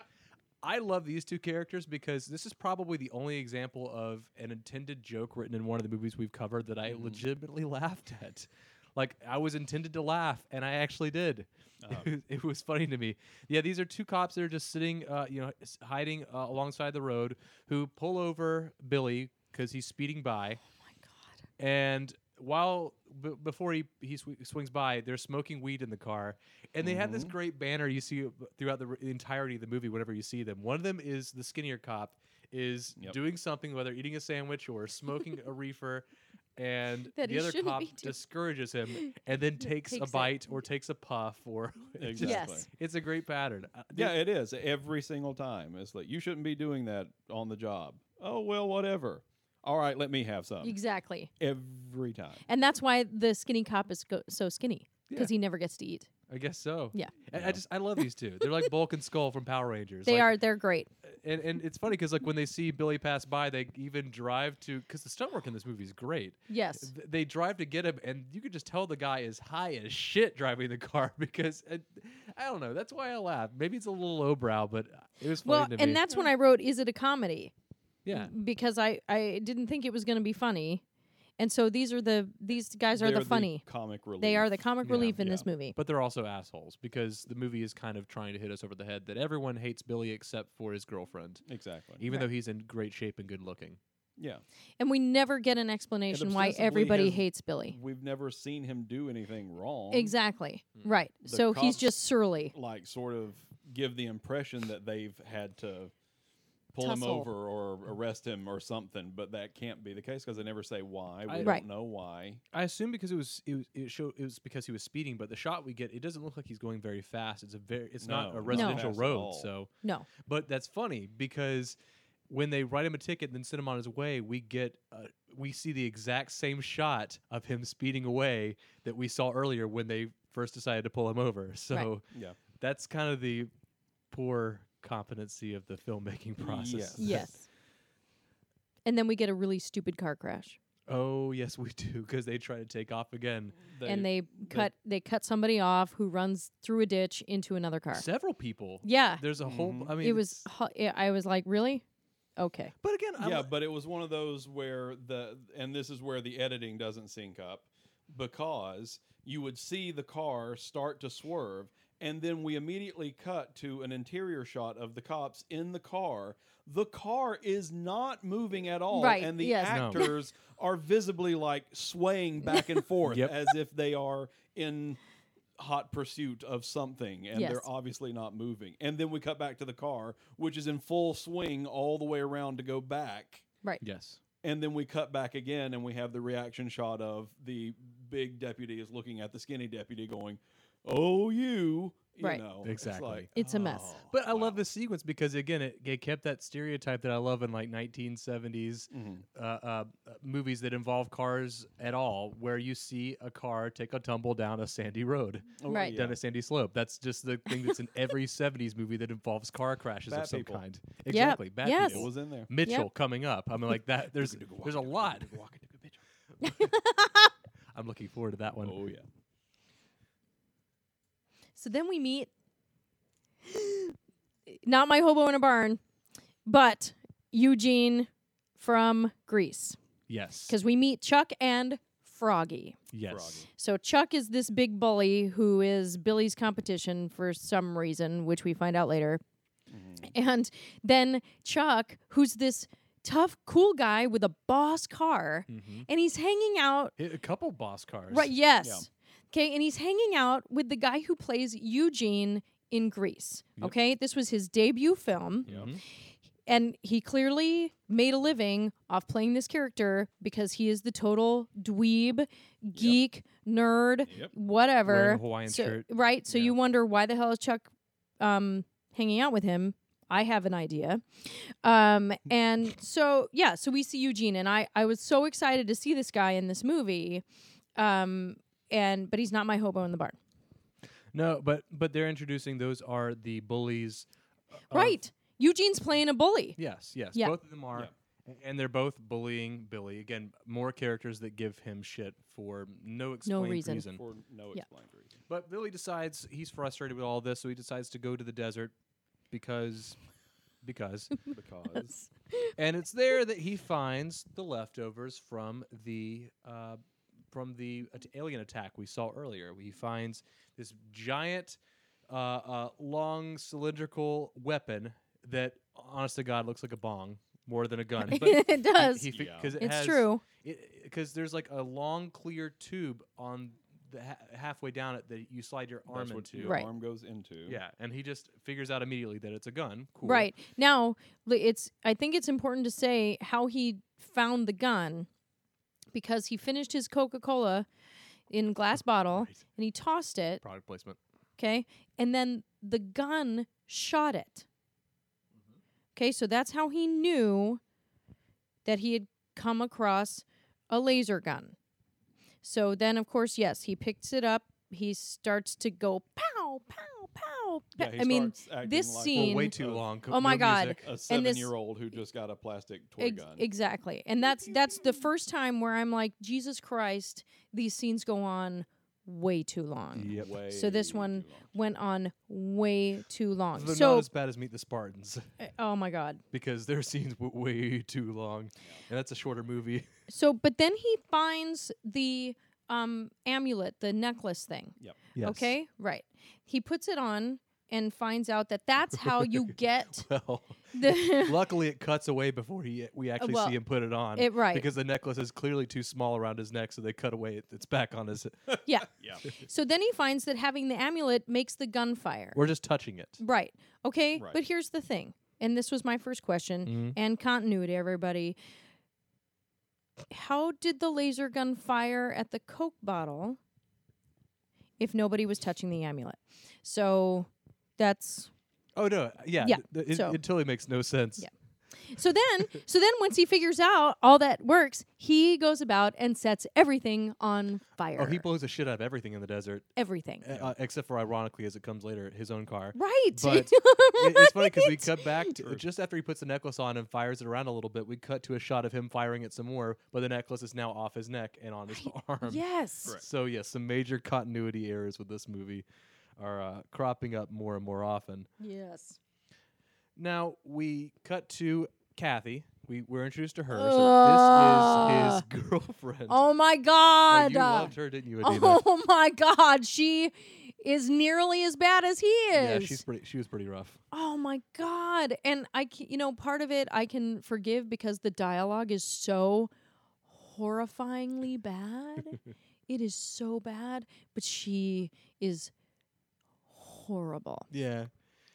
[SPEAKER 8] I love these two characters because this is probably the only example of an intended joke written in one of the movies we've covered that I legitimately *laughs* laughed at. Like I was intended to laugh, and I actually did. It, was, *laughs* it was funny to me. Yeah, these are two cops that are just sitting, uh, you know, s- hiding uh, alongside the road, who pull over Billy because he's speeding by. and while b- before he he sw- swings by, they're smoking weed in the car, and they have
[SPEAKER 9] Mm-hmm.
[SPEAKER 8] this great banner you see throughout the r- entirety of the movie. Whenever you see them, one of them is the skinnier cop is
[SPEAKER 9] Yep.
[SPEAKER 8] doing something, whether eating a sandwich or smoking a reefer, and
[SPEAKER 10] *laughs* That
[SPEAKER 8] the
[SPEAKER 10] he
[SPEAKER 8] other
[SPEAKER 10] shouldn't
[SPEAKER 8] cop
[SPEAKER 10] be doing.
[SPEAKER 8] discourages
[SPEAKER 10] *laughs*
[SPEAKER 8] him and then takes,
[SPEAKER 10] Takes
[SPEAKER 8] a
[SPEAKER 10] it.
[SPEAKER 8] bite or takes a puff or *laughs* it's just-
[SPEAKER 9] Exactly.
[SPEAKER 10] Yes.
[SPEAKER 8] It's a great pattern. Uh,
[SPEAKER 9] Yeah, it is every single time. It's like you shouldn't be doing that on the job. Oh well, whatever. All right, let me have some.
[SPEAKER 10] exactly
[SPEAKER 9] Every time.
[SPEAKER 10] and that's why the skinny cop is go- so skinny because he never gets to eat
[SPEAKER 8] I guess so.
[SPEAKER 10] Yeah.
[SPEAKER 8] I, I just I love these two. They're like Bulk and Skull from Power Rangers.
[SPEAKER 10] they
[SPEAKER 8] Like,
[SPEAKER 10] are they're great
[SPEAKER 8] and and it's funny because like when they see Billy pass by, they even drive to because the stunt work in this movie is great.
[SPEAKER 10] yes
[SPEAKER 8] Th- They drive to get him, and you could just tell the guy is high as shit driving the car *laughs* because uh, I don't know. That's why I laugh. Maybe it's a little lowbrow, but it was funny
[SPEAKER 10] well
[SPEAKER 8] to me.
[SPEAKER 10] and that's when i wrote is it a comedy
[SPEAKER 8] yeah.
[SPEAKER 10] because I I didn't think it was going to be funny, and so these are the these guys are
[SPEAKER 9] They're
[SPEAKER 10] the funny.
[SPEAKER 9] comic relief.
[SPEAKER 10] they are the comic
[SPEAKER 8] Yeah,
[SPEAKER 10] relief in
[SPEAKER 9] yeah.
[SPEAKER 10] this movie.
[SPEAKER 8] But they're also assholes because the movie is kind of trying to hit us over the head that everyone hates Billy except for his girlfriend,
[SPEAKER 9] exactly.
[SPEAKER 8] even though he's in great shape and good looking.
[SPEAKER 9] yeah.
[SPEAKER 10] And we never get an explanation why
[SPEAKER 9] ostensibly
[SPEAKER 10] everybody
[SPEAKER 9] has-
[SPEAKER 10] hates Billy.
[SPEAKER 9] We've never seen him do anything wrong.
[SPEAKER 10] Exactly. Right.
[SPEAKER 9] The
[SPEAKER 10] so he's
[SPEAKER 9] cops-
[SPEAKER 10] just surly.
[SPEAKER 9] Like sort of give the impression that they've had to pull him
[SPEAKER 10] Tussle.
[SPEAKER 9] over or arrest him or something, but that can't be the case because they never say why. We
[SPEAKER 8] I-
[SPEAKER 9] don't
[SPEAKER 10] Right.
[SPEAKER 9] know why.
[SPEAKER 8] I assume because it was it was it, show, it was because he was speeding, but the shot we get it doesn't look like he's going very fast. It's a very it's not
[SPEAKER 9] No,
[SPEAKER 8] a
[SPEAKER 9] not
[SPEAKER 8] residential
[SPEAKER 9] fast at
[SPEAKER 8] road,
[SPEAKER 9] all.
[SPEAKER 8] so
[SPEAKER 10] No.
[SPEAKER 8] but that's funny because when they write him a ticket and then send him on his way, we get uh, we see the exact same shot of him speeding away that we saw earlier when they first decided to pull him over. *laughs* So
[SPEAKER 9] Yeah.
[SPEAKER 8] that's kind of the poor competency of the filmmaking process.
[SPEAKER 9] Yes.
[SPEAKER 10] Yes. And then we get a really stupid car crash,
[SPEAKER 8] Oh yes, we do because they try to take off again.
[SPEAKER 10] and they cut they cut somebody off who runs through a ditch into another car.
[SPEAKER 8] Several people.
[SPEAKER 10] Yeah.
[SPEAKER 8] There's a whole.
[SPEAKER 9] Mm-hmm.
[SPEAKER 8] I mean,
[SPEAKER 10] it was.
[SPEAKER 8] it's-
[SPEAKER 10] hu- yeah, I was like, really? Okay.
[SPEAKER 8] But again, I'm,
[SPEAKER 9] yeah, but it was one of those where the and this is where the editing doesn't sync up because you would see the car start to swerve and then we immediately cut to an interior shot of the cops in the car. The car is not moving at all
[SPEAKER 10] Right,
[SPEAKER 9] and the
[SPEAKER 10] yes.
[SPEAKER 8] No.
[SPEAKER 9] actors are visibly like swaying back and forth
[SPEAKER 8] Yep.
[SPEAKER 9] as if they are in hot pursuit of something and
[SPEAKER 10] Yes.
[SPEAKER 9] they're obviously not moving. And then we cut back to the car which is in full swing all the way around to go back
[SPEAKER 10] Right.
[SPEAKER 8] yes.
[SPEAKER 9] and then we cut back again and we have the reaction shot of the big deputy is looking at the skinny deputy going oh you you
[SPEAKER 10] Right.
[SPEAKER 9] know
[SPEAKER 8] Exactly.
[SPEAKER 9] it's, like,
[SPEAKER 10] It's a mess.
[SPEAKER 9] "Oh,
[SPEAKER 8] But I love
[SPEAKER 9] wow."
[SPEAKER 8] this sequence because again, it, it kept that stereotype that I love in like 1970s
[SPEAKER 9] Mm-hmm.
[SPEAKER 8] uh, uh, movies that involve cars at all, where you see a car take a tumble down a sandy road,
[SPEAKER 10] right.
[SPEAKER 8] down a sandy slope. That's just the thing that's in
[SPEAKER 9] *laughs*
[SPEAKER 8] every 70s movie that involves car crashes of
[SPEAKER 9] Bad
[SPEAKER 8] some
[SPEAKER 9] people.
[SPEAKER 8] kind. Exactly, bad
[SPEAKER 10] Yes.
[SPEAKER 9] it
[SPEAKER 8] people.
[SPEAKER 9] was in there
[SPEAKER 8] Mitchell coming up. I'm
[SPEAKER 9] *laughs*
[SPEAKER 8] like that. There's there's a lot. *laughs* I'm looking forward to that one.
[SPEAKER 9] oh yeah
[SPEAKER 10] So then we meet not my hobo in a barn, but Eugene from Greece.
[SPEAKER 8] Yes.
[SPEAKER 10] Because we meet Chuck and Froggy.
[SPEAKER 8] Yes.
[SPEAKER 10] So Chuck is this big bully who is Billy's competition for some reason, which we find out later. And then Chuck, who's this tough, cool guy with a boss car, and he's hanging out
[SPEAKER 8] Hit A couple boss cars.
[SPEAKER 10] Right. Yes. Okay. And he's hanging out with the guy who plays Eugene in Greece. Okay. This was his debut film. And he clearly made a living off playing this character because he is the total dweeb, geek, nerd, whatever.
[SPEAKER 8] Wearing a Hawaiian
[SPEAKER 10] So-
[SPEAKER 8] shirt.
[SPEAKER 10] Right. So you wonder why the hell is Chuck um, hanging out with him? I have an idea. Um, and so, yeah, so we see Eugene, and I, I was so excited to see this guy in this movie. Um, and but he's not my hobo in the barn,
[SPEAKER 8] No, but but they're introducing those are the bullies. Oh.
[SPEAKER 10] right? Eugene's playing a bully,
[SPEAKER 8] Yes, yes.
[SPEAKER 10] Yeah.
[SPEAKER 8] Both of them are a- and they're both bullying Billy. Again, more characters that give him shit for no explained
[SPEAKER 10] reason.
[SPEAKER 9] for no
[SPEAKER 10] Yeah.
[SPEAKER 9] explained reason
[SPEAKER 8] But Billy decides he's frustrated with all this, so he decides to go to the desert because because
[SPEAKER 9] because
[SPEAKER 8] and it's there that he finds the leftovers from the uh, from the at- alien attack we saw earlier. He finds this giant, uh, uh, long cylindrical weapon that, honest to God, looks like a bong more than a gun. But
[SPEAKER 10] *laughs* It does.
[SPEAKER 9] Yeah.
[SPEAKER 8] because
[SPEAKER 10] It's true.
[SPEAKER 8] Because there's like a long clear tube on the ha- halfway down it that you slide your arm
[SPEAKER 9] that's what
[SPEAKER 8] into.
[SPEAKER 9] your
[SPEAKER 10] Right.
[SPEAKER 9] arm goes into
[SPEAKER 8] Yeah, and he just figures out immediately that it's a gun. Cool.
[SPEAKER 10] right? Now, li- it's I think it's important to say how he found the gun because he finished his Coca Cola in glass bottle and he tossed it.
[SPEAKER 8] Product placement.
[SPEAKER 10] Okay. And then the gun shot it.
[SPEAKER 9] Mm-hmm.
[SPEAKER 10] Okay. So that's how he knew that he had come across a laser gun. So then, of course, yes, he picks it up. He starts to go pow, pow, pow.
[SPEAKER 9] Yeah,
[SPEAKER 10] pow.
[SPEAKER 9] he
[SPEAKER 10] I mean,
[SPEAKER 9] starts acting
[SPEAKER 10] this
[SPEAKER 9] like a-
[SPEAKER 8] Well,
[SPEAKER 10] scene.
[SPEAKER 8] way too long. co-
[SPEAKER 10] Oh my
[SPEAKER 8] no
[SPEAKER 10] God.
[SPEAKER 8] music.
[SPEAKER 9] a
[SPEAKER 10] And this-
[SPEAKER 9] seven-year-old who just got a plastic toy
[SPEAKER 10] Ex-
[SPEAKER 9] gun
[SPEAKER 10] exactly. And that's that's the first time where I'm like, Jesus Christ, these scenes go on way too long.
[SPEAKER 9] Way
[SPEAKER 10] So this one
[SPEAKER 9] too long.
[SPEAKER 10] went on way too long.
[SPEAKER 8] They're
[SPEAKER 10] so
[SPEAKER 8] not as bad as Meet the Spartans *laughs*
[SPEAKER 10] Oh my god.
[SPEAKER 8] because their scenes w- way too long, and that's a shorter movie.
[SPEAKER 10] So but then he finds the um amulet, the necklace thing.
[SPEAKER 9] Yep.
[SPEAKER 8] *laughs*
[SPEAKER 10] Okay? Right. He puts it on and finds out that that's
[SPEAKER 8] *laughs*
[SPEAKER 10] how you get
[SPEAKER 8] Well,
[SPEAKER 10] the
[SPEAKER 8] *laughs*
[SPEAKER 10] *laughs*
[SPEAKER 8] luckily it cuts away before he we actually
[SPEAKER 10] well,
[SPEAKER 8] see him put it on.
[SPEAKER 10] it- right.
[SPEAKER 8] because the necklace is clearly too small around his neck, so they cut away. It, it's back on his.
[SPEAKER 10] Yeah.
[SPEAKER 9] Yeah.
[SPEAKER 10] So then he finds that having the amulet makes the gunfire.
[SPEAKER 8] We're just touching it.
[SPEAKER 10] Right. Okay.
[SPEAKER 9] Right.
[SPEAKER 10] But here's the thing, and this was my first question,
[SPEAKER 8] Mm-hmm.
[SPEAKER 10] and continuity, everybody. How did the laser gun fire at the Coke bottle if nobody was touching the amulet? So that's
[SPEAKER 8] Oh no! Yeah,
[SPEAKER 10] Yeah,
[SPEAKER 8] Oh, th- th- it,
[SPEAKER 10] so-
[SPEAKER 8] it totally makes no sense.
[SPEAKER 10] Yeah.
[SPEAKER 8] *laughs*
[SPEAKER 10] So then, so then once he figures out all that works, he goes about and sets everything on fire.
[SPEAKER 8] Oh, he blows the shit out of everything in the desert,
[SPEAKER 10] everything.
[SPEAKER 8] uh, uh, except for ironically, as it comes later, his own car.
[SPEAKER 10] Right. *laughs*
[SPEAKER 8] But it- it's funny because we
[SPEAKER 10] Right.
[SPEAKER 8] cut back to, just after he puts the necklace on and fires it around a little bit. We cut to a shot of him firing it some more, but the necklace is now off his neck and on his *laughs* arm.
[SPEAKER 10] Yes.
[SPEAKER 8] So yeah, some major continuity errors with this movie are uh, cropping up more and more often.
[SPEAKER 10] Yes.
[SPEAKER 8] Now we cut to Kathy. We were introduced to her. so this is his girlfriend.
[SPEAKER 10] Oh my
[SPEAKER 8] Oh,
[SPEAKER 10] God.
[SPEAKER 8] you loved her, didn't you,
[SPEAKER 10] *laughs*
[SPEAKER 8] Adina?
[SPEAKER 10] oh my God. She is nearly as bad as he is.
[SPEAKER 8] Yeah, she's pretty. She was pretty rough.
[SPEAKER 10] Oh my god! And I, ca- you know, part of it I can forgive because the dialogue is so horrifyingly
[SPEAKER 8] *laughs*
[SPEAKER 10] bad. it is so bad, but she is horrible.
[SPEAKER 8] Yeah,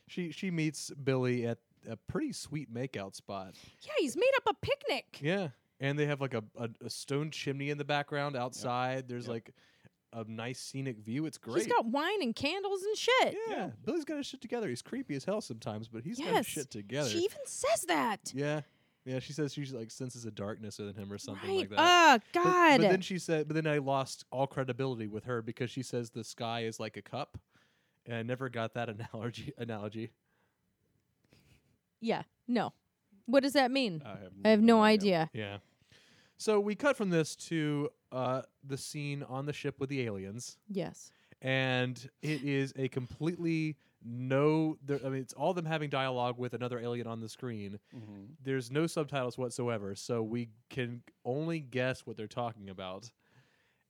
[SPEAKER 8] she she meets Billy at a pretty sweet makeout spot.
[SPEAKER 10] Yeah, he's made up a picnic.
[SPEAKER 8] Yeah, and they have like a a, a stone chimney in the background outside. There's like a nice scenic view. It's great.
[SPEAKER 10] He's got wine and candles and shit.
[SPEAKER 8] yeah. Billy's got his shit together. He's creepy as hell sometimes, but he's got
[SPEAKER 10] Yes.
[SPEAKER 8] his shit together.
[SPEAKER 10] She even says that.
[SPEAKER 8] yeah, yeah. She says she like senses a darkness within him or something
[SPEAKER 10] right?
[SPEAKER 8] like that.
[SPEAKER 10] Ah,
[SPEAKER 8] But-
[SPEAKER 10] God.
[SPEAKER 8] But, then she said, but then I lost all credibility with her because she says the sky is like a cup, and I never got that *laughs* analogy. Analogy.
[SPEAKER 10] yeah. No. What does that mean?
[SPEAKER 8] Uh,
[SPEAKER 9] I
[SPEAKER 10] *laughs*
[SPEAKER 9] have,
[SPEAKER 10] I have no idea.
[SPEAKER 8] Yeah. So we cut from this to uh, the scene on the ship with the aliens,
[SPEAKER 10] Yes.
[SPEAKER 8] and it is a completely no. There, I mean, it's all them having dialogue with another alien on the screen.
[SPEAKER 10] Mm-hmm.
[SPEAKER 8] There's no subtitles whatsoever, so we can only guess what they're talking about,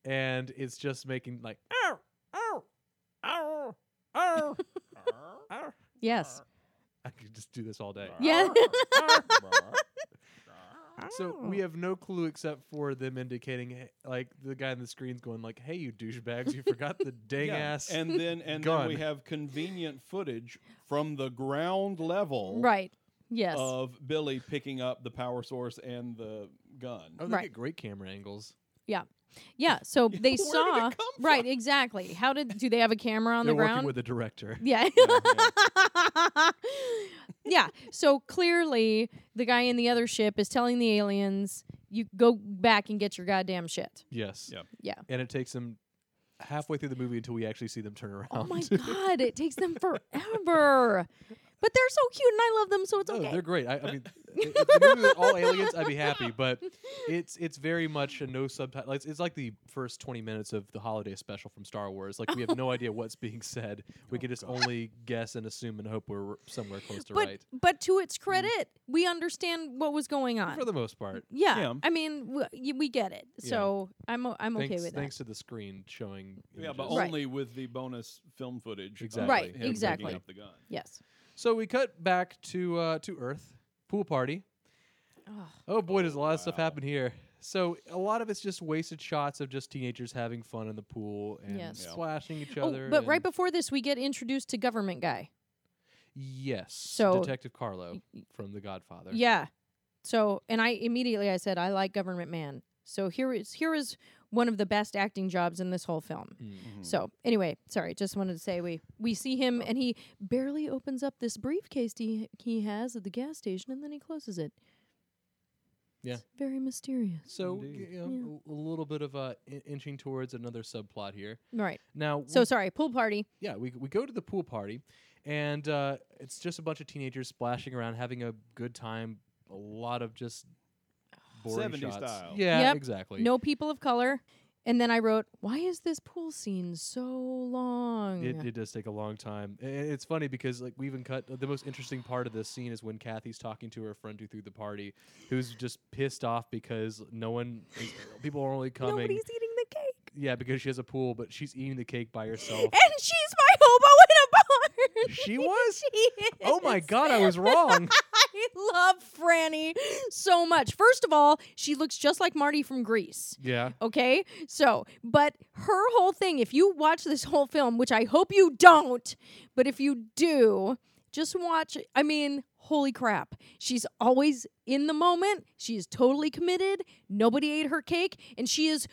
[SPEAKER 8] and it's just making like "Ah, ow, ow, ow,
[SPEAKER 10] *laughs*
[SPEAKER 8] ow, ow.
[SPEAKER 10] Yes.
[SPEAKER 8] I could just do this all day.
[SPEAKER 10] Yeah.
[SPEAKER 8] So we
[SPEAKER 10] Oh.
[SPEAKER 8] have no clue except for them indicating, hey, like the guy on the screen's going, like, "Hey, you douchebags, you forgot the dang ass."
[SPEAKER 9] And then and then we
[SPEAKER 8] gun.
[SPEAKER 9] have convenient footage from the ground level
[SPEAKER 10] right. Yes.
[SPEAKER 8] Um,
[SPEAKER 9] of Billy picking up the power source and the gun.
[SPEAKER 8] oh, they
[SPEAKER 10] Right.
[SPEAKER 8] get great camera angles.
[SPEAKER 10] Yeah. Yeah.
[SPEAKER 8] *laughs*
[SPEAKER 10] So they
[SPEAKER 9] *laughs* Where did it
[SPEAKER 10] saw
[SPEAKER 9] come from? *laughs*
[SPEAKER 10] right exactly. How did do they have a camera on
[SPEAKER 8] They're
[SPEAKER 10] the
[SPEAKER 8] working
[SPEAKER 10] ground?
[SPEAKER 8] with the director.
[SPEAKER 10] yeah. *laughs* yeah. So clearly the guy in the other ship is telling the aliens, you go back and get your goddamn shit.
[SPEAKER 8] Yes.
[SPEAKER 9] Yep.
[SPEAKER 10] Yeah.
[SPEAKER 8] And it takes them halfway through the movie until we actually see them turn around.
[SPEAKER 10] Oh
[SPEAKER 8] *laughs*
[SPEAKER 10] my god, it takes them forever. But they're so cute and I love them, so it's
[SPEAKER 8] No,
[SPEAKER 10] okay.
[SPEAKER 8] Oh, they're great. I, I
[SPEAKER 10] *laughs*
[SPEAKER 8] mean, if the movie was all aliens, I'd be happy. But it's it's very much a no subtitle. It's, it's like the first twenty minutes of the holiday special from Star Wars. Like we have no idea what's being said. We can just only guess and assume and hope we're somewhere close to
[SPEAKER 10] but
[SPEAKER 8] right.
[SPEAKER 10] but to its credit, we understand what was going on.
[SPEAKER 8] Mm. For the most part,
[SPEAKER 10] yeah.
[SPEAKER 9] Yeah.
[SPEAKER 10] I mean, w- y- we get it.
[SPEAKER 8] Yeah.
[SPEAKER 10] So I'm o- I'm
[SPEAKER 8] thanks,
[SPEAKER 10] okay with that.
[SPEAKER 8] thanks to the screen showing.
[SPEAKER 9] *laughs* Yeah, but
[SPEAKER 8] images.
[SPEAKER 10] Right.
[SPEAKER 9] only with the bonus film footage. of
[SPEAKER 8] Exactly. Right,
[SPEAKER 9] him picking
[SPEAKER 10] exactly.
[SPEAKER 9] up the gun.
[SPEAKER 10] Yes.
[SPEAKER 8] So we cut back to uh, to Earth pool party. Oh boy, does a lot of stuff happen here. So a lot of it's just wasted shots of just teenagers having fun in the pool and
[SPEAKER 10] Yes. Yeah.
[SPEAKER 8] splashing each
[SPEAKER 10] Oh,
[SPEAKER 8] other.
[SPEAKER 10] but right
[SPEAKER 8] and-
[SPEAKER 10] before this, we get introduced to government guy.
[SPEAKER 8] Yes.
[SPEAKER 10] So-
[SPEAKER 8] Detective Carlo from The Godfather.
[SPEAKER 10] Yeah. So, and I immediately I said I like government man. So here is here is one of the best acting jobs in this whole film.
[SPEAKER 8] Mm. Hmm.
[SPEAKER 10] So anyway, sorry, just wanted to say we we see
[SPEAKER 8] Oh.
[SPEAKER 10] him and he barely opens up this briefcase he he has at the gas station and then he closes it.
[SPEAKER 8] Yeah.
[SPEAKER 10] It's very mysterious.
[SPEAKER 8] So g- you know, a a little bit of uh, in- inching towards another subplot here.
[SPEAKER 10] Right.
[SPEAKER 8] Now,
[SPEAKER 10] So
[SPEAKER 8] we-
[SPEAKER 10] sorry, pool party.
[SPEAKER 8] yeah, we we go to the pool party, and uh, it's just a bunch of teenagers splashing around, having a good time. A lot of just boring
[SPEAKER 9] 70s
[SPEAKER 8] shots.
[SPEAKER 9] style.
[SPEAKER 8] Yeah,
[SPEAKER 10] Yep.
[SPEAKER 8] exactly.
[SPEAKER 10] No people of color. And then I wrote, why is this pool scene so long?
[SPEAKER 8] It, it does take a long time. A- And it's funny because like we even cut the most interesting part of this scene is when Kathy's talking to her friend who threw the party, who's just pissed off because no one, is- people are only coming.
[SPEAKER 10] Nobody's eating the cake.
[SPEAKER 8] Yeah, because she has a pool, but she's eating the cake by
[SPEAKER 10] *laughs*
[SPEAKER 8] herself.
[SPEAKER 10] and she's my hobo in a bar.
[SPEAKER 8] She was?
[SPEAKER 10] *laughs* She is.
[SPEAKER 8] oh my god, I was wrong.
[SPEAKER 10] *laughs* I love Franny so much. First of all, she looks just like Marty from Greece.
[SPEAKER 8] yeah.
[SPEAKER 10] Okay, so but her whole thing—if you watch this whole film, which I hope you don't, but if you do, just watch. I mean, holy crap! She's always in the moment. She is totally committed. Nobody ate her cake, and she is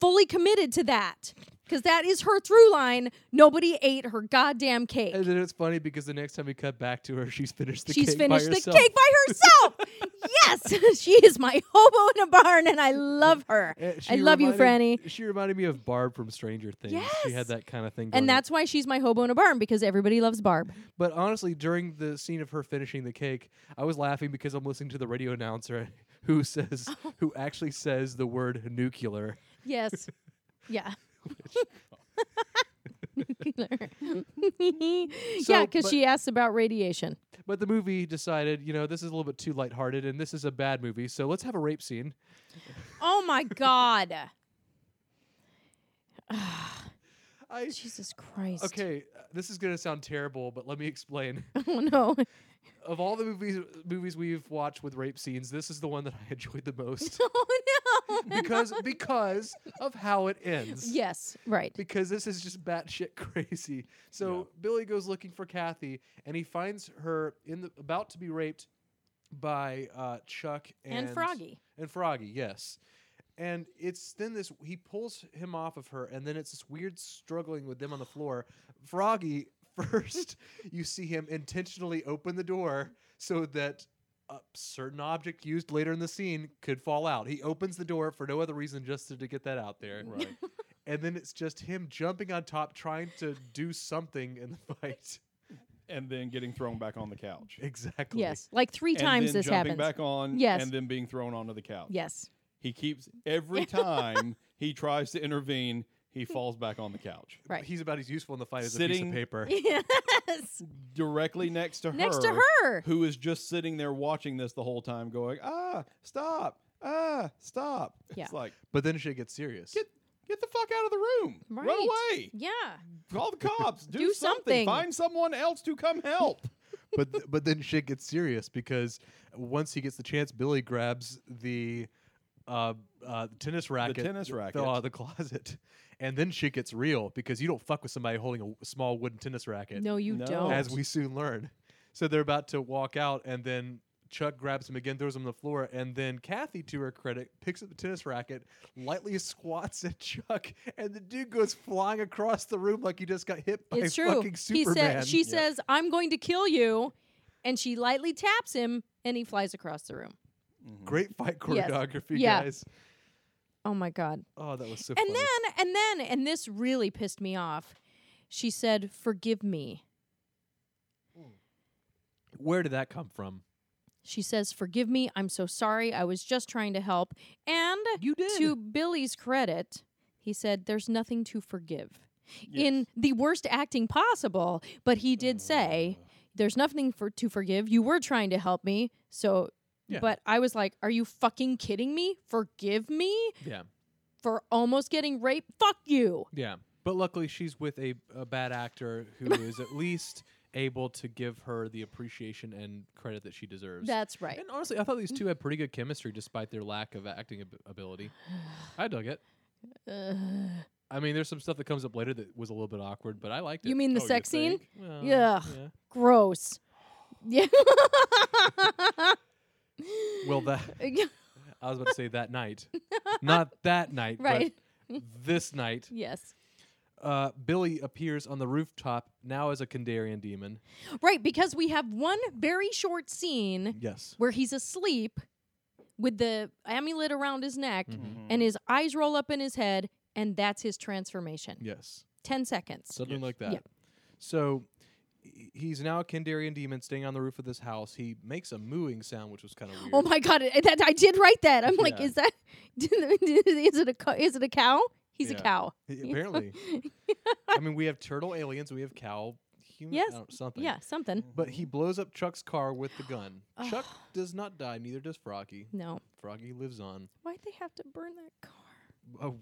[SPEAKER 10] fully committed to that because that is her through line. Nobody ate her goddamn cake.
[SPEAKER 8] And then it's funny because the next time we cut back to her, she's finished the
[SPEAKER 10] She's
[SPEAKER 8] cake
[SPEAKER 10] finished
[SPEAKER 8] by
[SPEAKER 10] the
[SPEAKER 8] herself.
[SPEAKER 10] cake by herself. *laughs* yes, *laughs* she is my hobo in a barn, and I love her.
[SPEAKER 8] Eh, she
[SPEAKER 10] I love you, Franny.
[SPEAKER 8] reminded- She reminded me of Barb from Stranger Things. She
[SPEAKER 10] Yes.
[SPEAKER 8] had that kind of thing. going on.
[SPEAKER 10] And that's why she's my hobo in a barn because everybody loves Barb.
[SPEAKER 8] But honestly, during the scene of her finishing the cake, I was laughing because I'm listening to the radio announcer *laughs* who says, who actually says the word nuclear.
[SPEAKER 10] Yes. *laughs* yeah. yeah,
[SPEAKER 8] So,
[SPEAKER 10] because
[SPEAKER 8] but-
[SPEAKER 10] she asks about radiation.
[SPEAKER 8] But the movie decided, you know, this is a little bit too lighthearted and this is a bad movie, so let's have a rape scene.
[SPEAKER 10] Oh my God.
[SPEAKER 8] I
[SPEAKER 10] Jesus Christ.
[SPEAKER 8] okay, uh, this is gonna sound terrible, but let me explain.
[SPEAKER 10] *laughs* Oh no. *laughs*
[SPEAKER 8] of all the movies movies we've watched with rape scenes, this is the one that I *laughs* enjoyed the
[SPEAKER 10] *laughs*
[SPEAKER 8] most
[SPEAKER 10] Oh no.
[SPEAKER 8] because because of how it ends.
[SPEAKER 10] yes, right.
[SPEAKER 8] because this is just batshit *laughs* crazy. So Billy goes looking for Kathy, and he finds her in the about to be raped by uh, Chuck and,
[SPEAKER 10] And Froggy.
[SPEAKER 8] And Froggy, yes. And it's then this he pulls him off of her, and then it's this weird struggling with them on the floor. Froggy *laughs* first, you see him intentionally open the door so that. A certain object used later in the scene could fall out. He opens the door for no other reason just to, to get that out there
[SPEAKER 9] Right.
[SPEAKER 8] and then it's just him jumping on top trying to do something in the *laughs* fight.
[SPEAKER 9] *laughs* and then getting thrown back on the couch.
[SPEAKER 8] Exactly.
[SPEAKER 10] Yes. Like three times
[SPEAKER 9] and then
[SPEAKER 10] this
[SPEAKER 9] jumping
[SPEAKER 10] happens.
[SPEAKER 9] back on
[SPEAKER 10] Yes.
[SPEAKER 9] and then being thrown onto the couch.
[SPEAKER 10] Yes.
[SPEAKER 9] He keeps
[SPEAKER 10] *laughs*
[SPEAKER 9] every time he tries to intervene, he falls back on the couch.
[SPEAKER 10] Right.
[SPEAKER 8] He's about as useful in the fight as a piece
[SPEAKER 9] Sitting-
[SPEAKER 8] of paper.
[SPEAKER 10] *laughs* yes.
[SPEAKER 9] Directly next to her.
[SPEAKER 10] Next to her.
[SPEAKER 9] Who is just sitting there watching this the whole time going, "Ah, stop. Ah, stop."
[SPEAKER 10] Yeah.
[SPEAKER 9] It's like,
[SPEAKER 8] But then shit gets serious.
[SPEAKER 9] "Get get the fuck out of the room.
[SPEAKER 10] Right.
[SPEAKER 9] Run away.
[SPEAKER 10] Yeah.
[SPEAKER 9] Call the
[SPEAKER 10] *laughs*
[SPEAKER 9] cops. Do,
[SPEAKER 10] Do something.
[SPEAKER 9] Find someone else to come
[SPEAKER 10] *laughs*
[SPEAKER 9] help."
[SPEAKER 8] but th- but then shit gets serious because once he gets the chance, Billy grabs the uh, uh, tennis racket,
[SPEAKER 9] tennis
[SPEAKER 8] that
[SPEAKER 9] racket.
[SPEAKER 8] fell out of the closet, and then shit gets real because you don't fuck with somebody holding a, w- small wooden tennis racket.
[SPEAKER 10] No, you
[SPEAKER 9] No.
[SPEAKER 10] don't.
[SPEAKER 8] as we soon learn. So they're about to walk out, and then Chuck grabs him again, throws him on the floor, and then Kathy, to her credit, picks up the tennis racket, lightly *laughs* squats at Chuck, and the dude goes flying across the room like he just got hit by
[SPEAKER 10] it's true.
[SPEAKER 8] fucking
[SPEAKER 10] He
[SPEAKER 8] Superman.
[SPEAKER 10] said she says, I'm going to kill you, and she lightly taps him and he flies across the room.
[SPEAKER 9] Mm-hmm.
[SPEAKER 8] Great fight
[SPEAKER 10] Yes.
[SPEAKER 8] choreography,
[SPEAKER 10] Yeah.
[SPEAKER 8] guys.
[SPEAKER 10] Oh my god.
[SPEAKER 8] Oh, that was so
[SPEAKER 10] And
[SPEAKER 8] funny.
[SPEAKER 10] then and then and this really pissed me off. She said, Forgive me.
[SPEAKER 8] Where did that come from?
[SPEAKER 10] She says, Forgive me. I'm so sorry. I was just trying to help. And you did. to Billy's credit, he said, There's nothing to forgive. In the worst acting possible, but he did say, There's nothing for to forgive. You were trying to help me. So
[SPEAKER 8] Yeah.
[SPEAKER 10] but I was like, Are you fucking kidding me? Forgive me
[SPEAKER 8] Yeah,
[SPEAKER 10] for almost getting raped? Fuck you.
[SPEAKER 8] yeah. But luckily, she's with a, a bad actor
[SPEAKER 10] *laughs*
[SPEAKER 8] who is at least able to give her the appreciation and credit that she deserves.
[SPEAKER 10] That's right.
[SPEAKER 8] And honestly, I thought these
[SPEAKER 10] Mm.
[SPEAKER 8] two had pretty good chemistry despite their lack of acting ab- ability. *sighs* I dug it. I mean, there's some stuff that comes up later that was a little bit awkward, but I liked it. Oh,
[SPEAKER 10] You mean the sex scene?
[SPEAKER 9] think?
[SPEAKER 8] Well,
[SPEAKER 10] Ugh. Gross. *laughs* Yeah.
[SPEAKER 8] Well, that I was about to say that
[SPEAKER 10] *laughs*
[SPEAKER 8] night, not that night,
[SPEAKER 10] Right. *laughs*
[SPEAKER 8] But this night,
[SPEAKER 10] *laughs* yes.
[SPEAKER 8] uh, Billy appears on the rooftop now as a Kandarian demon.
[SPEAKER 10] Right, because we have one very short scene
[SPEAKER 8] Yes.
[SPEAKER 10] where he's asleep with the amulet around his neck
[SPEAKER 8] Mm-hmm.
[SPEAKER 10] and his eyes roll up in his head, and that's his transformation.
[SPEAKER 8] Yes.
[SPEAKER 10] 10 seconds.
[SPEAKER 8] Something like that.
[SPEAKER 10] Yeah.
[SPEAKER 8] So h- he's now a Kandarian demon staying on the roof of this house. He makes a mooing sound, which was kind of weird.
[SPEAKER 10] Oh my god! I- That I did write that. I'm like,
[SPEAKER 8] Yeah.
[SPEAKER 10] is that *laughs* is it a co- is it a cow? He's a
[SPEAKER 8] Yeah.
[SPEAKER 10] cow.
[SPEAKER 8] *laughs*
[SPEAKER 10] *laughs*
[SPEAKER 8] Apparently. I mean, we have turtle aliens, we have cow human
[SPEAKER 10] Yes.
[SPEAKER 8] I don't- something.
[SPEAKER 10] Yeah, something.
[SPEAKER 8] But he blows up Chuck's car with the gun. Chuck does not die, neither does Froggy.
[SPEAKER 10] No,
[SPEAKER 8] Froggy lives on.
[SPEAKER 10] why'd they have to burn that car? *laughs*
[SPEAKER 8] Oh,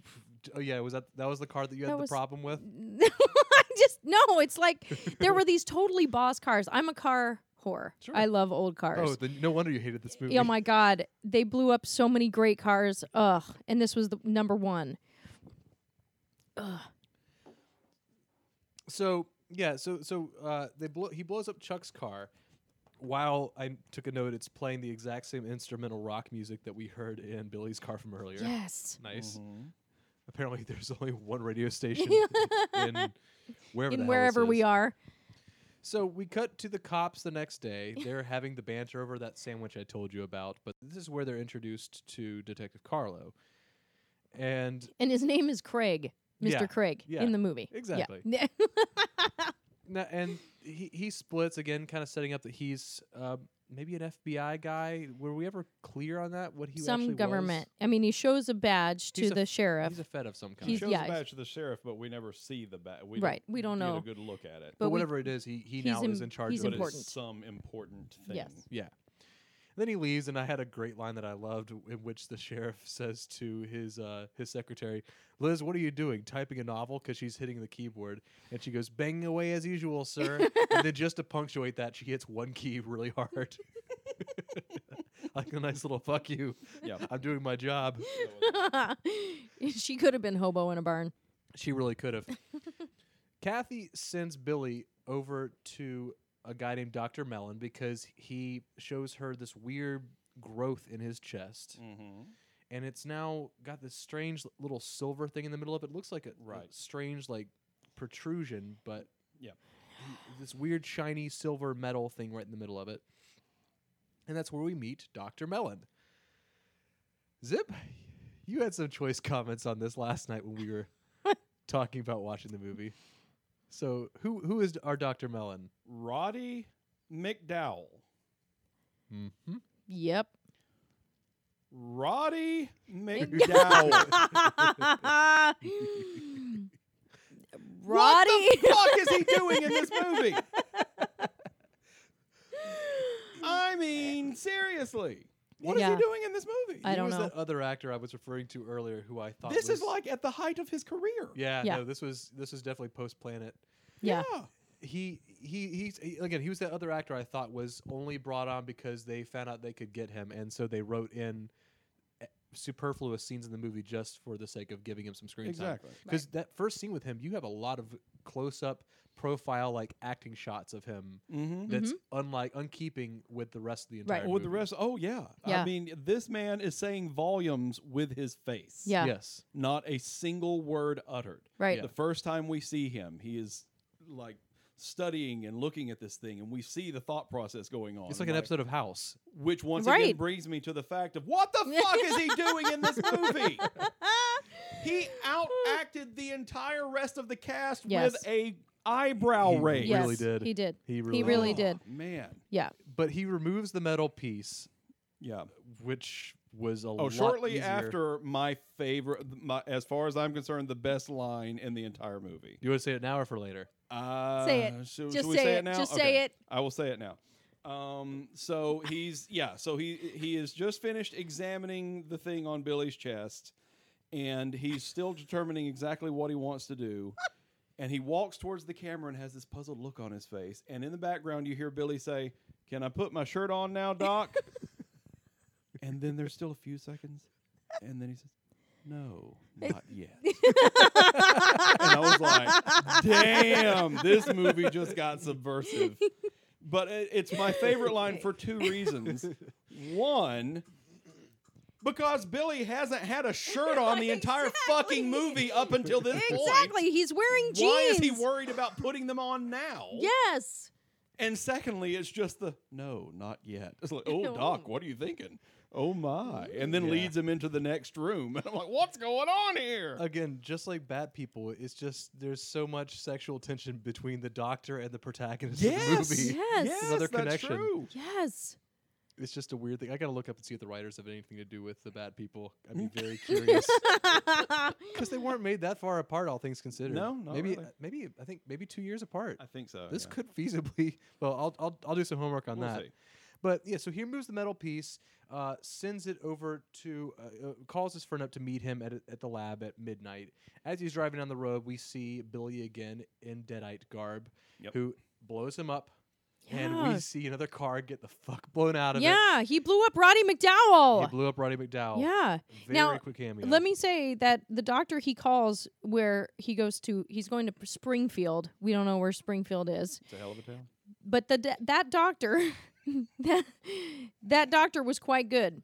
[SPEAKER 8] oh yeah, was that that was the car that you
[SPEAKER 10] That
[SPEAKER 8] had the
[SPEAKER 10] was-
[SPEAKER 8] problem with?
[SPEAKER 10] I just no. It's like there were these totally boss cars. I'm a car whore. I love old cars.
[SPEAKER 8] Oh, then no wonder you hated this movie.
[SPEAKER 10] Oh my god, they blew up so many great cars. Ugh, and this was the number one.
[SPEAKER 8] So yeah, so so uh, they blow, he blows up Chuck's car. While I took a note, it's playing the exact same instrumental rock music that we heard in Billy's car from earlier.
[SPEAKER 10] Yes.
[SPEAKER 8] Nice. Apparently, there's only one
[SPEAKER 10] *laughs*
[SPEAKER 8] radio station in wherever the
[SPEAKER 10] in
[SPEAKER 8] hell
[SPEAKER 10] wherever
[SPEAKER 8] this
[SPEAKER 10] we
[SPEAKER 8] is.
[SPEAKER 10] are.
[SPEAKER 8] So we cut to the cops the next day. They're having the banter over that sandwich I told you about, but this is where they're introduced to Detective Carlo. And
[SPEAKER 10] And his name is Craig, Mr.
[SPEAKER 8] Yeah,
[SPEAKER 10] Craig,
[SPEAKER 8] yeah,
[SPEAKER 10] in the movie. Yeah. *laughs*
[SPEAKER 8] exactly. na- and he, he splits again, kind of setting up that he's uh, maybe an FBI guy. Were we ever clear on that? What he actually
[SPEAKER 10] Some
[SPEAKER 8] was?
[SPEAKER 10] government. I mean, he shows a badge to
[SPEAKER 8] He's a-
[SPEAKER 10] the sheriff,
[SPEAKER 8] He's a fed of some kind.
[SPEAKER 10] He's-
[SPEAKER 9] shows
[SPEAKER 10] yeah,
[SPEAKER 9] the
[SPEAKER 10] he's-
[SPEAKER 9] badge to the sheriff, but we never see the badge.
[SPEAKER 10] Right, we don't know.
[SPEAKER 9] Get a good look at it.
[SPEAKER 8] but,
[SPEAKER 10] but we-
[SPEAKER 8] whatever it is, he, he
[SPEAKER 10] he's
[SPEAKER 8] now is
[SPEAKER 10] im-
[SPEAKER 8] in charge
[SPEAKER 10] he's
[SPEAKER 8] of
[SPEAKER 9] But
[SPEAKER 8] it.
[SPEAKER 10] important.
[SPEAKER 9] it's some important thing.
[SPEAKER 10] Yes.
[SPEAKER 8] Yeah. Then he leaves, and I had a great line that I loved, w- in which the sheriff says to his uh, his secretary, "Liz, what are you doing? Typing a novel?" Because she's hitting the keyboard, and she goes, "Banging away as usual, sir." and then just to punctuate that, she hits one key really hard, *laughs* like a nice little "fuck you."
[SPEAKER 9] Yeah.
[SPEAKER 8] I'm doing my job.
[SPEAKER 10] *laughs* she could have been hobo in a barn.
[SPEAKER 8] She really could have. Kathy sends Billy over to a guy named Dr. Mellon because he shows her this weird growth in his chest.
[SPEAKER 9] Mm-hmm.
[SPEAKER 8] And it's now got this strange l- little silver thing in the middle of it. Looks like a a
[SPEAKER 9] Right.
[SPEAKER 8] strange, like, protrusion, but
[SPEAKER 9] Yep.
[SPEAKER 8] this weird, shiny silver metal thing right in the middle of it. And that's where we meet Dr. Mellon. Zip, you had some choice comments on this last night when
[SPEAKER 10] *laughs*
[SPEAKER 8] we were talking about watching the movie. So who who is our Dr. Mellon?
[SPEAKER 9] Roddy McDowell.
[SPEAKER 10] Mm-hmm. Yep.
[SPEAKER 9] Roddy
[SPEAKER 10] *laughs*
[SPEAKER 9] McDowell. What
[SPEAKER 10] Roddy.
[SPEAKER 9] the fuck is
[SPEAKER 10] *laughs*
[SPEAKER 9] he doing in this movie? I
[SPEAKER 10] *laughs*
[SPEAKER 9] mean, seriously. what is
[SPEAKER 10] Yeah.
[SPEAKER 9] he doing in this movie?
[SPEAKER 10] I
[SPEAKER 8] Who
[SPEAKER 10] don't
[SPEAKER 8] was
[SPEAKER 10] know.
[SPEAKER 8] that other actor I was referring to earlier who I thought
[SPEAKER 9] this is
[SPEAKER 8] was-
[SPEAKER 9] like at the height of his career.
[SPEAKER 8] yeah,
[SPEAKER 10] Yeah.
[SPEAKER 8] no this was this was definitely post Planet.
[SPEAKER 10] yeah.
[SPEAKER 8] He he he's he, again he was that other actor I thought was only brought on because they found out they could get him and so they wrote in eh, superfluous scenes in the movie just for the sake of giving him some screen time.
[SPEAKER 9] Exactly.
[SPEAKER 8] Because that first scene with him, you have a lot of close up profile like acting shots of him
[SPEAKER 9] Mm-hmm.
[SPEAKER 8] that's unlike unkeeping with the rest of the entire
[SPEAKER 10] Right.
[SPEAKER 8] movie.
[SPEAKER 9] With the rest, oh yeah. I
[SPEAKER 10] Yeah.
[SPEAKER 9] mean, this man is saying volumes with his face.
[SPEAKER 10] Yeah. *laughs*
[SPEAKER 8] Yes.
[SPEAKER 9] Not a single word uttered.
[SPEAKER 10] Right.
[SPEAKER 9] The first time we see him, he is like studying and looking at this thing, and we see the thought process going on.
[SPEAKER 8] It's like an episode of House.
[SPEAKER 9] which once again
[SPEAKER 10] Right.
[SPEAKER 9] brings me to the fact of what the fuck is he doing in this movie?
[SPEAKER 10] *laughs*
[SPEAKER 9] he outacted the entire rest of the cast
[SPEAKER 10] Yes.
[SPEAKER 9] with a eyebrow raise.
[SPEAKER 10] Yes,
[SPEAKER 8] really did.
[SPEAKER 10] He did.
[SPEAKER 8] He
[SPEAKER 10] He
[SPEAKER 8] really
[SPEAKER 10] really,
[SPEAKER 9] Oh,
[SPEAKER 10] did.
[SPEAKER 9] Man.
[SPEAKER 10] Yeah.
[SPEAKER 8] But he removes the metal piece,
[SPEAKER 9] Yeah.
[SPEAKER 8] which was a
[SPEAKER 9] Oh,
[SPEAKER 8] lot
[SPEAKER 9] shortly
[SPEAKER 8] easier.
[SPEAKER 9] after my favorite, my, as far as I'm concerned, the best line in the entire movie.
[SPEAKER 8] You want to say it now or for later?
[SPEAKER 9] Uh,
[SPEAKER 10] Say it.
[SPEAKER 9] should-
[SPEAKER 10] Just
[SPEAKER 9] should we
[SPEAKER 10] say
[SPEAKER 9] say
[SPEAKER 10] it.
[SPEAKER 9] now?
[SPEAKER 10] Just
[SPEAKER 9] Okay.
[SPEAKER 10] say it.
[SPEAKER 9] I will say it now. Um, so he's yeah. So he he has just finished examining the thing on Billy's chest, and he's still determining exactly what he wants to do. And he walks towards the camera and has this puzzled look on his face. And in the background, you hear Billy say, "Can I put my shirt on now,
[SPEAKER 10] *laughs*
[SPEAKER 9] Doc?" and then there's still a few seconds, and then he says, "No, not
[SPEAKER 10] *laughs*
[SPEAKER 9] yet." and I was like, "Damn, this movie just got subversive." But it, it's my favorite line for two
[SPEAKER 10] *laughs*
[SPEAKER 9] reasons. One, because Billy hasn't had a shirt on the entire fucking movie up until this point.
[SPEAKER 10] Exactly. He's wearing jeans.
[SPEAKER 9] Why is he worried about putting them on now?
[SPEAKER 10] Yes.
[SPEAKER 9] And secondly, it's just the no, not yet. It's like, oh,
[SPEAKER 10] *laughs*
[SPEAKER 9] Doc, what are you thinking? Oh my! And then leads him into the next room, *laughs* and I'm like, what's going on here?
[SPEAKER 8] Again, just like Bat People, it's just there's so much sexual tension between the doctor and the protagonist of the movie.
[SPEAKER 10] Yes.
[SPEAKER 9] yes,
[SPEAKER 8] Another
[SPEAKER 9] that's
[SPEAKER 8] connection.
[SPEAKER 9] true. *laughs*
[SPEAKER 10] Yes.
[SPEAKER 8] It's just a weird thing. I got to look up and see if the writers have anything to do with the Bat People. I'd be
[SPEAKER 9] *laughs*
[SPEAKER 8] very curious. Because
[SPEAKER 10] *laughs*
[SPEAKER 8] they weren't made that far apart, all things considered.
[SPEAKER 9] No, not
[SPEAKER 8] maybe, uh,
[SPEAKER 9] really.
[SPEAKER 8] maybe I think maybe two years apart.
[SPEAKER 9] I think so.
[SPEAKER 8] this
[SPEAKER 9] yeah.
[SPEAKER 8] could feasibly. *laughs* Well, I'll, I'll I'll do some homework on
[SPEAKER 9] We'll
[SPEAKER 8] that.
[SPEAKER 9] see.
[SPEAKER 8] But yeah, so he moves the metal piece, uh, sends it over to, uh, uh, calls his friend up to meet him at, at the lab at midnight. As he's driving down the road, we see Billy again in Deadite garb,
[SPEAKER 9] Yep.
[SPEAKER 8] who blows him up, and we
[SPEAKER 10] Yeah.
[SPEAKER 8] see another car get the fuck blown out of it.
[SPEAKER 10] Yeah. He blew up Roddy
[SPEAKER 8] He
[SPEAKER 10] McDowell.
[SPEAKER 8] blew up Roddy McDowell.
[SPEAKER 10] yeah.
[SPEAKER 8] Very
[SPEAKER 10] now,
[SPEAKER 8] quick cameo.
[SPEAKER 10] Let me say that the doctor he calls where he goes to, he's going to Springfield. We don't know where Springfield is.
[SPEAKER 9] It's a hell of a town.
[SPEAKER 10] But the d- that doctor *laughs* that, that doctor was quite good.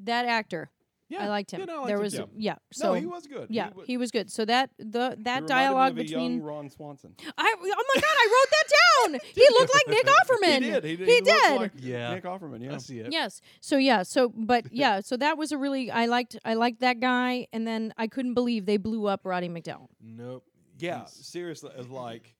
[SPEAKER 10] That actor.
[SPEAKER 9] Yeah,
[SPEAKER 10] I liked him.
[SPEAKER 9] yeah, no, I
[SPEAKER 10] there
[SPEAKER 9] liked
[SPEAKER 10] was
[SPEAKER 9] him.
[SPEAKER 10] yeah. So
[SPEAKER 9] no, he was good.
[SPEAKER 10] Yeah,
[SPEAKER 9] he,
[SPEAKER 10] he,
[SPEAKER 9] wa-
[SPEAKER 10] was good. So that the
[SPEAKER 9] he
[SPEAKER 10] that
[SPEAKER 9] reminded me
[SPEAKER 10] dialogue
[SPEAKER 9] of a
[SPEAKER 10] between
[SPEAKER 9] young Ron
[SPEAKER 10] *laughs*
[SPEAKER 9] Swanson.
[SPEAKER 10] I oh my god, I wrote that down. He looked like Nick
[SPEAKER 9] *laughs*
[SPEAKER 10] Offerman.
[SPEAKER 9] He did. He did.
[SPEAKER 10] He
[SPEAKER 9] looked
[SPEAKER 10] did.
[SPEAKER 9] Like
[SPEAKER 8] Yeah.
[SPEAKER 9] Nick Offerman. Yeah.
[SPEAKER 8] I see it.
[SPEAKER 10] Yes. So yeah. So but yeah. So that was a really I liked I liked that guy, and then I couldn't believe they blew up Roddy McDowell.
[SPEAKER 8] Nope.
[SPEAKER 9] Yeah,
[SPEAKER 8] He's-
[SPEAKER 9] seriously, it's like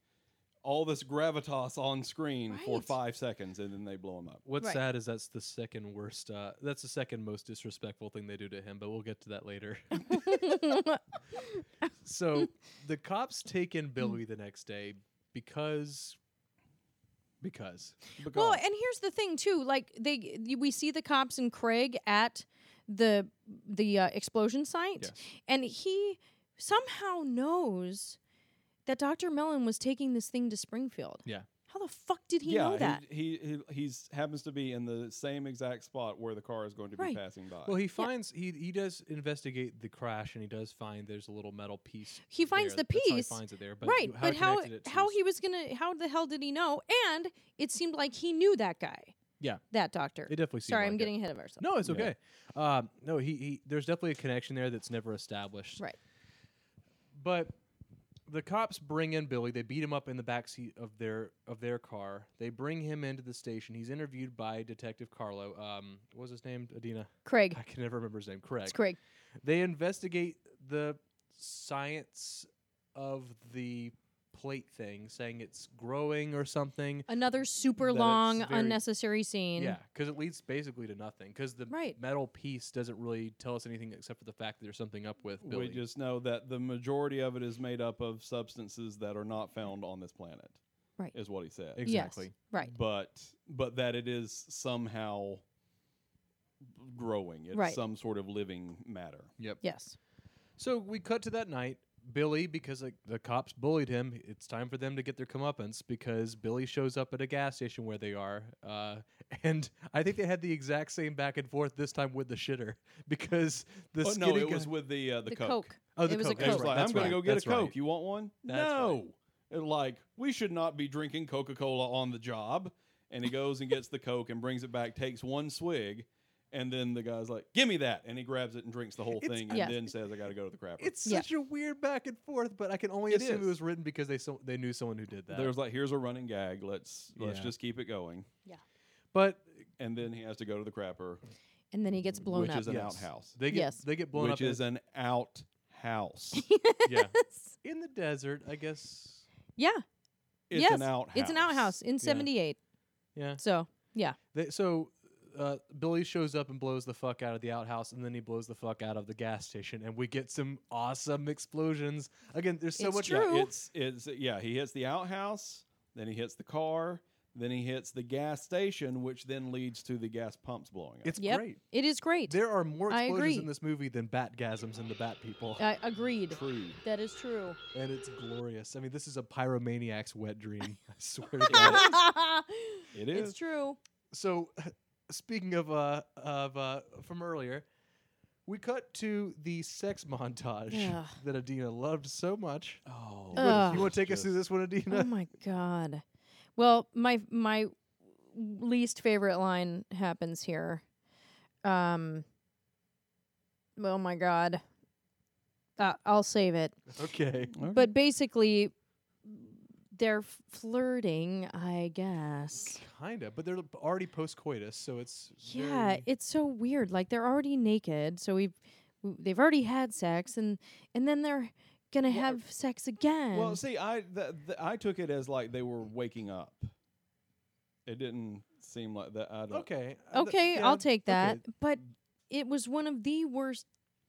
[SPEAKER 9] all this gravitas on screen for
[SPEAKER 10] Right.
[SPEAKER 9] five seconds, and then they blow him up.
[SPEAKER 8] What's
[SPEAKER 9] *laughs*
[SPEAKER 10] Right.
[SPEAKER 8] sad is that's the second worst. Uh, that's the second most disrespectful thing they do to him. But we'll get to that later.
[SPEAKER 10] *laughs*
[SPEAKER 8] so the cops take
[SPEAKER 10] Hmm.
[SPEAKER 8] in Billy the next day because because
[SPEAKER 10] *laughs* Well,
[SPEAKER 9] Because
[SPEAKER 10] and here's the thing too. Like they we see the cops and Craig at the the uh, explosion site,
[SPEAKER 9] Yes.
[SPEAKER 10] and he somehow knows that Dr. Mellon was taking this thing to Springfield.
[SPEAKER 8] Yeah.
[SPEAKER 10] How the fuck did he
[SPEAKER 9] yeah,
[SPEAKER 10] know that?
[SPEAKER 9] He, he he he's happens to be in the same exact spot where the car is going to be
[SPEAKER 10] Right.
[SPEAKER 9] passing by.
[SPEAKER 8] well he finds he he does investigate the crash and he does find there's a little metal piece.
[SPEAKER 10] He finds
[SPEAKER 8] there.
[SPEAKER 10] the
[SPEAKER 8] That's how he
[SPEAKER 10] piece,
[SPEAKER 8] finds it there, but
[SPEAKER 10] right,
[SPEAKER 8] you-
[SPEAKER 10] but
[SPEAKER 8] he
[SPEAKER 10] how
[SPEAKER 8] connected it
[SPEAKER 10] how
[SPEAKER 8] seems-
[SPEAKER 10] he was gonna how the hell did he know? And it seemed like he knew that guy.
[SPEAKER 8] Yeah.
[SPEAKER 10] That doctor.
[SPEAKER 8] it definitely seemed
[SPEAKER 10] Sorry, I'm
[SPEAKER 8] like it.
[SPEAKER 10] getting ahead of ourselves.
[SPEAKER 8] No, it's okay. Um, no, he, he there's definitely a connection there that's never established.
[SPEAKER 10] Right.
[SPEAKER 8] But the cops bring in Billy. They beat him up in the backseat of their of their car. They bring him into the station. He's interviewed by Detective Carlo. Um, what was his name? Adina.
[SPEAKER 10] Craig.
[SPEAKER 8] I can never remember his name. Craig.
[SPEAKER 10] It's Craig.
[SPEAKER 8] They investigate the science of the plate thing, saying it's growing or something.
[SPEAKER 10] Another super
[SPEAKER 8] That it's
[SPEAKER 10] long,
[SPEAKER 8] very-
[SPEAKER 10] unnecessary scene.
[SPEAKER 8] Yeah, because it leads basically to nothing. Because the
[SPEAKER 10] Right.
[SPEAKER 8] metal piece doesn't really tell us anything except for the fact that there's something up with Billy.
[SPEAKER 9] we just know that the majority of it is made up of substances that are not found on this planet.
[SPEAKER 10] Right.
[SPEAKER 9] Is what he said.
[SPEAKER 8] exactly.
[SPEAKER 10] Yes. Right.
[SPEAKER 9] But but that it is somehow growing. It's
[SPEAKER 10] Right.
[SPEAKER 9] some sort of living matter.
[SPEAKER 8] Yep.
[SPEAKER 10] Yes.
[SPEAKER 8] So we cut to that night. Billy, because like, the cops bullied him, it's time for them to get their comeuppance because Billy shows up at a gas station where they are. Uh, and I think they had the exact same back and forth this time with the shitter *laughs* because the
[SPEAKER 9] Oh,
[SPEAKER 8] skinny
[SPEAKER 9] no, it
[SPEAKER 8] guy-
[SPEAKER 9] was with the uh, the,
[SPEAKER 10] The Coke.
[SPEAKER 8] Oh, the
[SPEAKER 10] it was
[SPEAKER 8] Coke,
[SPEAKER 10] a
[SPEAKER 9] They was
[SPEAKER 10] Coke.
[SPEAKER 8] right.
[SPEAKER 9] like,
[SPEAKER 8] That's
[SPEAKER 9] I'm going to go get
[SPEAKER 8] that's
[SPEAKER 9] a Coke.
[SPEAKER 8] right.
[SPEAKER 9] You want one?
[SPEAKER 8] That's
[SPEAKER 9] no. They're like, we should not be drinking Coca Cola on the job. And he goes and gets the Coke and brings it back, takes one swig. And then the guy's like, give me that. And he grabs it and drinks the whole
[SPEAKER 8] It's-
[SPEAKER 9] thing and
[SPEAKER 10] Yeah.
[SPEAKER 9] then says, I got to go to the crapper.
[SPEAKER 8] It's
[SPEAKER 10] Yeah.
[SPEAKER 8] such a weird back and forth, but I can only
[SPEAKER 9] It
[SPEAKER 8] assume
[SPEAKER 9] is.
[SPEAKER 8] it was written because they so- they knew someone who did that.
[SPEAKER 9] There's like, here's a running gag. Let's let's
[SPEAKER 8] Yeah.
[SPEAKER 9] just keep it going.
[SPEAKER 8] but
[SPEAKER 9] And then he has to go to the crapper,
[SPEAKER 10] And then he gets blown
[SPEAKER 9] which
[SPEAKER 10] up.
[SPEAKER 9] is an
[SPEAKER 8] Yes.
[SPEAKER 9] outhouse.
[SPEAKER 8] they get
[SPEAKER 10] Yes.
[SPEAKER 8] they get blown
[SPEAKER 9] Which
[SPEAKER 8] up in-
[SPEAKER 9] is
[SPEAKER 8] *laughs*
[SPEAKER 9] an outhouse.
[SPEAKER 8] yeah. in the desert, I guess.
[SPEAKER 10] yeah.
[SPEAKER 9] it's
[SPEAKER 10] yes.
[SPEAKER 9] an outhouse.
[SPEAKER 10] It's an outhouse in 78.
[SPEAKER 8] Yeah.
[SPEAKER 10] So, yeah.
[SPEAKER 8] They, so uh, Billy shows up and blows the fuck out of the outhouse, and then he blows the fuck out of the gas station, and we get some awesome explosions. Again, there's so
[SPEAKER 10] It's
[SPEAKER 8] much.
[SPEAKER 10] true.
[SPEAKER 9] Yeah, it's it's yeah. He hits the outhouse, then he hits the car, then he hits the gas station, which then leads to the gas pumps blowing up.
[SPEAKER 8] It's
[SPEAKER 10] Yep.
[SPEAKER 8] great.
[SPEAKER 10] It is great.
[SPEAKER 8] There are more
[SPEAKER 10] I
[SPEAKER 8] explosions in
[SPEAKER 10] agree.
[SPEAKER 8] this movie than Batgasms and the Bat People,
[SPEAKER 10] I Uh, agreed.
[SPEAKER 9] true.
[SPEAKER 10] That is true.
[SPEAKER 8] and it's glorious. I mean, this is a pyromaniac's wet
[SPEAKER 10] *laughs*
[SPEAKER 8] dream. I swear to *laughs* God.
[SPEAKER 9] It is.
[SPEAKER 10] it's true.
[SPEAKER 8] So, *laughs* speaking of uh of uh from earlier, we cut to the sex montage
[SPEAKER 10] Yeah.
[SPEAKER 8] that Adina loved so much.
[SPEAKER 9] Oh,
[SPEAKER 10] Ugh.
[SPEAKER 8] you want to take us through this one,
[SPEAKER 10] Oh
[SPEAKER 8] Adina?
[SPEAKER 10] my god. Well, my my least favorite line happens here. Um Oh my god. Uh, I'll save it.
[SPEAKER 8] *laughs* okay.
[SPEAKER 10] But basically they're flirting, I guess.
[SPEAKER 8] Kinda, but they're already post coitus, so it's
[SPEAKER 10] Yeah,
[SPEAKER 8] very-
[SPEAKER 10] it's so weird. Like they're already naked, so we've w- they've already had sex and and then they're going to
[SPEAKER 9] Well,
[SPEAKER 10] have sex again.
[SPEAKER 9] Well, see, I th- th- I took it as like they were waking up. It didn't seem like that. I don't.
[SPEAKER 8] okay. uh, th-
[SPEAKER 10] okay,
[SPEAKER 8] yeah,
[SPEAKER 10] I'll take that.
[SPEAKER 8] okay.
[SPEAKER 10] But it was one of the worst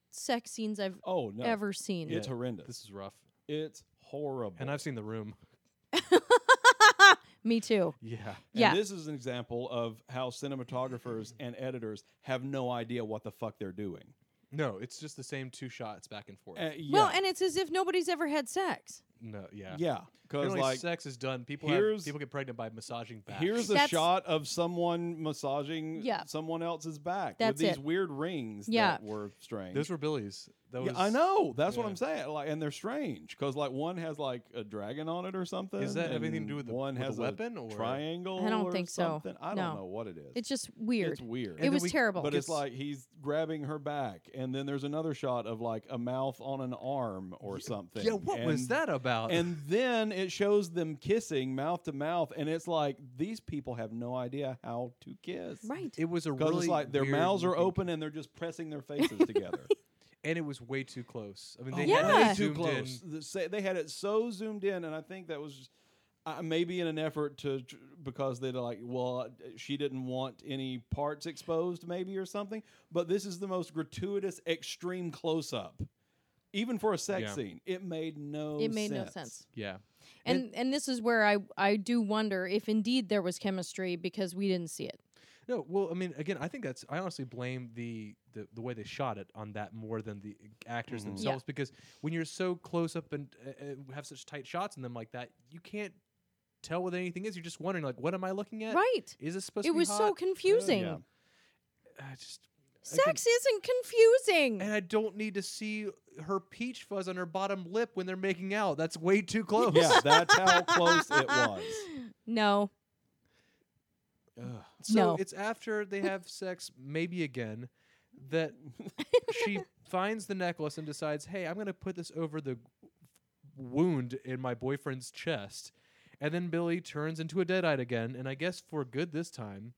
[SPEAKER 10] sex scenes I've
[SPEAKER 9] Oh no.
[SPEAKER 10] ever seen.
[SPEAKER 9] It's
[SPEAKER 8] Yeah.
[SPEAKER 9] horrendous.
[SPEAKER 8] This is rough,
[SPEAKER 9] it's horrible.
[SPEAKER 8] and I've seen the room.
[SPEAKER 10] *laughs*
[SPEAKER 8] *laughs*
[SPEAKER 10] Me too.
[SPEAKER 8] Yeah,
[SPEAKER 9] And
[SPEAKER 10] yeah.
[SPEAKER 9] This is an example of how cinematographers and editors have no idea what the fuck they're doing.
[SPEAKER 8] no, it's just the same two shots back and forth.
[SPEAKER 9] Uh,
[SPEAKER 10] Well,
[SPEAKER 9] yeah.
[SPEAKER 10] and it's as if nobody's ever had sex.
[SPEAKER 8] No, yeah,
[SPEAKER 9] Yeah, because
[SPEAKER 8] Apparently
[SPEAKER 9] like
[SPEAKER 8] sex is done. People have,
[SPEAKER 9] here's-
[SPEAKER 8] people get pregnant by massaging back.
[SPEAKER 9] here's a
[SPEAKER 10] That's-
[SPEAKER 9] shot of someone massaging
[SPEAKER 10] Yeah.
[SPEAKER 9] someone else's back
[SPEAKER 10] That's
[SPEAKER 9] with these
[SPEAKER 10] it.
[SPEAKER 9] weird rings
[SPEAKER 10] Yeah.
[SPEAKER 9] that were strange.
[SPEAKER 8] those were Billy's. That was
[SPEAKER 9] yeah, I know. That's what
[SPEAKER 8] yeah.
[SPEAKER 9] I'm saying. Like, and they're strange because like one has like a dragon on it or something.
[SPEAKER 8] Is that anything to
[SPEAKER 9] and
[SPEAKER 8] do with the-
[SPEAKER 9] one
[SPEAKER 8] with the
[SPEAKER 9] has a
[SPEAKER 8] weapon, or-
[SPEAKER 9] triangle?
[SPEAKER 10] I don't
[SPEAKER 9] or
[SPEAKER 10] think so.
[SPEAKER 9] something. I don't
[SPEAKER 10] No.
[SPEAKER 9] know what it is.
[SPEAKER 10] It's just weird.
[SPEAKER 9] It's weird.
[SPEAKER 10] It
[SPEAKER 8] then
[SPEAKER 10] was
[SPEAKER 8] we-
[SPEAKER 10] terrible.
[SPEAKER 9] but it's
[SPEAKER 8] gets-
[SPEAKER 9] like he's grabbing her back, and then there's another shot of like a mouth on an arm or something.
[SPEAKER 8] Yeah, what was
[SPEAKER 9] and-
[SPEAKER 8] that about?
[SPEAKER 9] And then it shows them kissing mouth to mouth, and it's like these people have no idea how to kiss.
[SPEAKER 10] right.
[SPEAKER 8] it was a
[SPEAKER 9] Because
[SPEAKER 8] really
[SPEAKER 9] it's like their
[SPEAKER 8] weird
[SPEAKER 9] mouths are
[SPEAKER 8] looking-
[SPEAKER 9] open and they're just pressing their
[SPEAKER 10] *laughs*
[SPEAKER 9] faces together.
[SPEAKER 8] and it was way too close. I mean, they
[SPEAKER 10] Oh,
[SPEAKER 8] had
[SPEAKER 10] way
[SPEAKER 8] it
[SPEAKER 9] Way too
[SPEAKER 8] zoomed in.
[SPEAKER 9] close. The sa- They had it so zoomed in, and I think that was uh, maybe in an effort to tr- because they're like, well, uh, she didn't want any parts exposed, maybe or something. But this is the most gratuitous, extreme close up, even for a sex
[SPEAKER 8] Yeah.
[SPEAKER 9] scene. It made no.
[SPEAKER 10] It made no sense.
[SPEAKER 8] Yeah,
[SPEAKER 10] And and this is where I I do wonder if indeed there was chemistry because we didn't see it.
[SPEAKER 8] no. Well, I mean, again, I think that's. I honestly blame the the, the way they shot it on that more than the actors themselves, because when you're so close up and uh, uh, have such tight shots in them like that, you can't tell what anything is. You're just wondering, like, what am I looking at?
[SPEAKER 10] Right.
[SPEAKER 8] Is this supposed
[SPEAKER 10] It
[SPEAKER 8] to be
[SPEAKER 10] was so
[SPEAKER 8] hot? Uh,
[SPEAKER 10] confusing.
[SPEAKER 9] yeah.
[SPEAKER 8] I just I can-
[SPEAKER 10] Sex isn't confusing.
[SPEAKER 8] and I don't need to see her peach fuzz on her bottom lip when they're making out. That's way too close.
[SPEAKER 10] *laughs*
[SPEAKER 9] yeah, that's how close it was.
[SPEAKER 10] no.
[SPEAKER 8] So
[SPEAKER 10] No.
[SPEAKER 8] it's after they have sex, maybe again, that she finds the necklace and decides, hey, I'm going to put this over the wound in my boyfriend's chest. And then Billy turns into a deadite again, and I guess for good this time,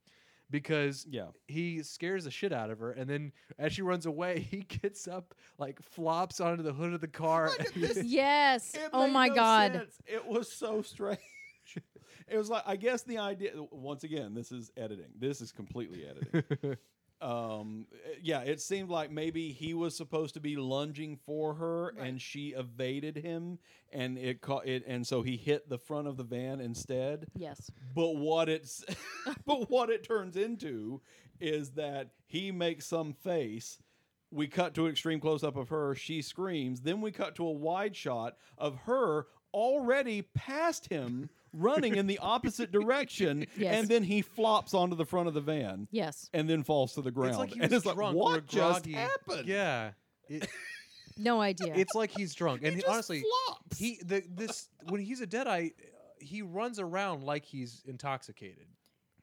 [SPEAKER 8] because
[SPEAKER 9] *laughs* Yeah.
[SPEAKER 8] he scares the shit out of her. And then as she runs away, *laughs* he gets up, like flops onto the hood of the car.
[SPEAKER 10] Yes.
[SPEAKER 9] *laughs* *laughs* It
[SPEAKER 10] oh
[SPEAKER 9] made
[SPEAKER 10] my
[SPEAKER 9] no
[SPEAKER 10] god.
[SPEAKER 9] sense. It was so strange. *laughs* it was like I guess the idea. Once again, this is editing. This is completely editing. *laughs* um, yeah, it seemed like maybe he was supposed to be lunging for her, and she evaded him, and it caught it, and so he hit the front of the van instead.
[SPEAKER 10] Yes.
[SPEAKER 9] But what it's *laughs* but what it turns into is that he makes some face. We cut to an extreme close up of her, she screams, then we cut to a wide shot of her already past him running in
[SPEAKER 10] *laughs*
[SPEAKER 9] the opposite direction
[SPEAKER 10] Yes.
[SPEAKER 9] and then he flops onto the front of the van
[SPEAKER 10] Yes.
[SPEAKER 9] and then falls to the ground.
[SPEAKER 8] It's like
[SPEAKER 9] *laughs*
[SPEAKER 8] he
[SPEAKER 9] and
[SPEAKER 8] was
[SPEAKER 9] it's like
[SPEAKER 8] drunk or
[SPEAKER 9] what just
[SPEAKER 8] groggy.
[SPEAKER 9] happened?
[SPEAKER 8] Yeah. It-
[SPEAKER 10] No idea.
[SPEAKER 8] it's like he's drunk, and he-
[SPEAKER 9] just
[SPEAKER 8] honestly,
[SPEAKER 9] flops.
[SPEAKER 8] he the this when he's a deadite, uh, he runs around like he's intoxicated.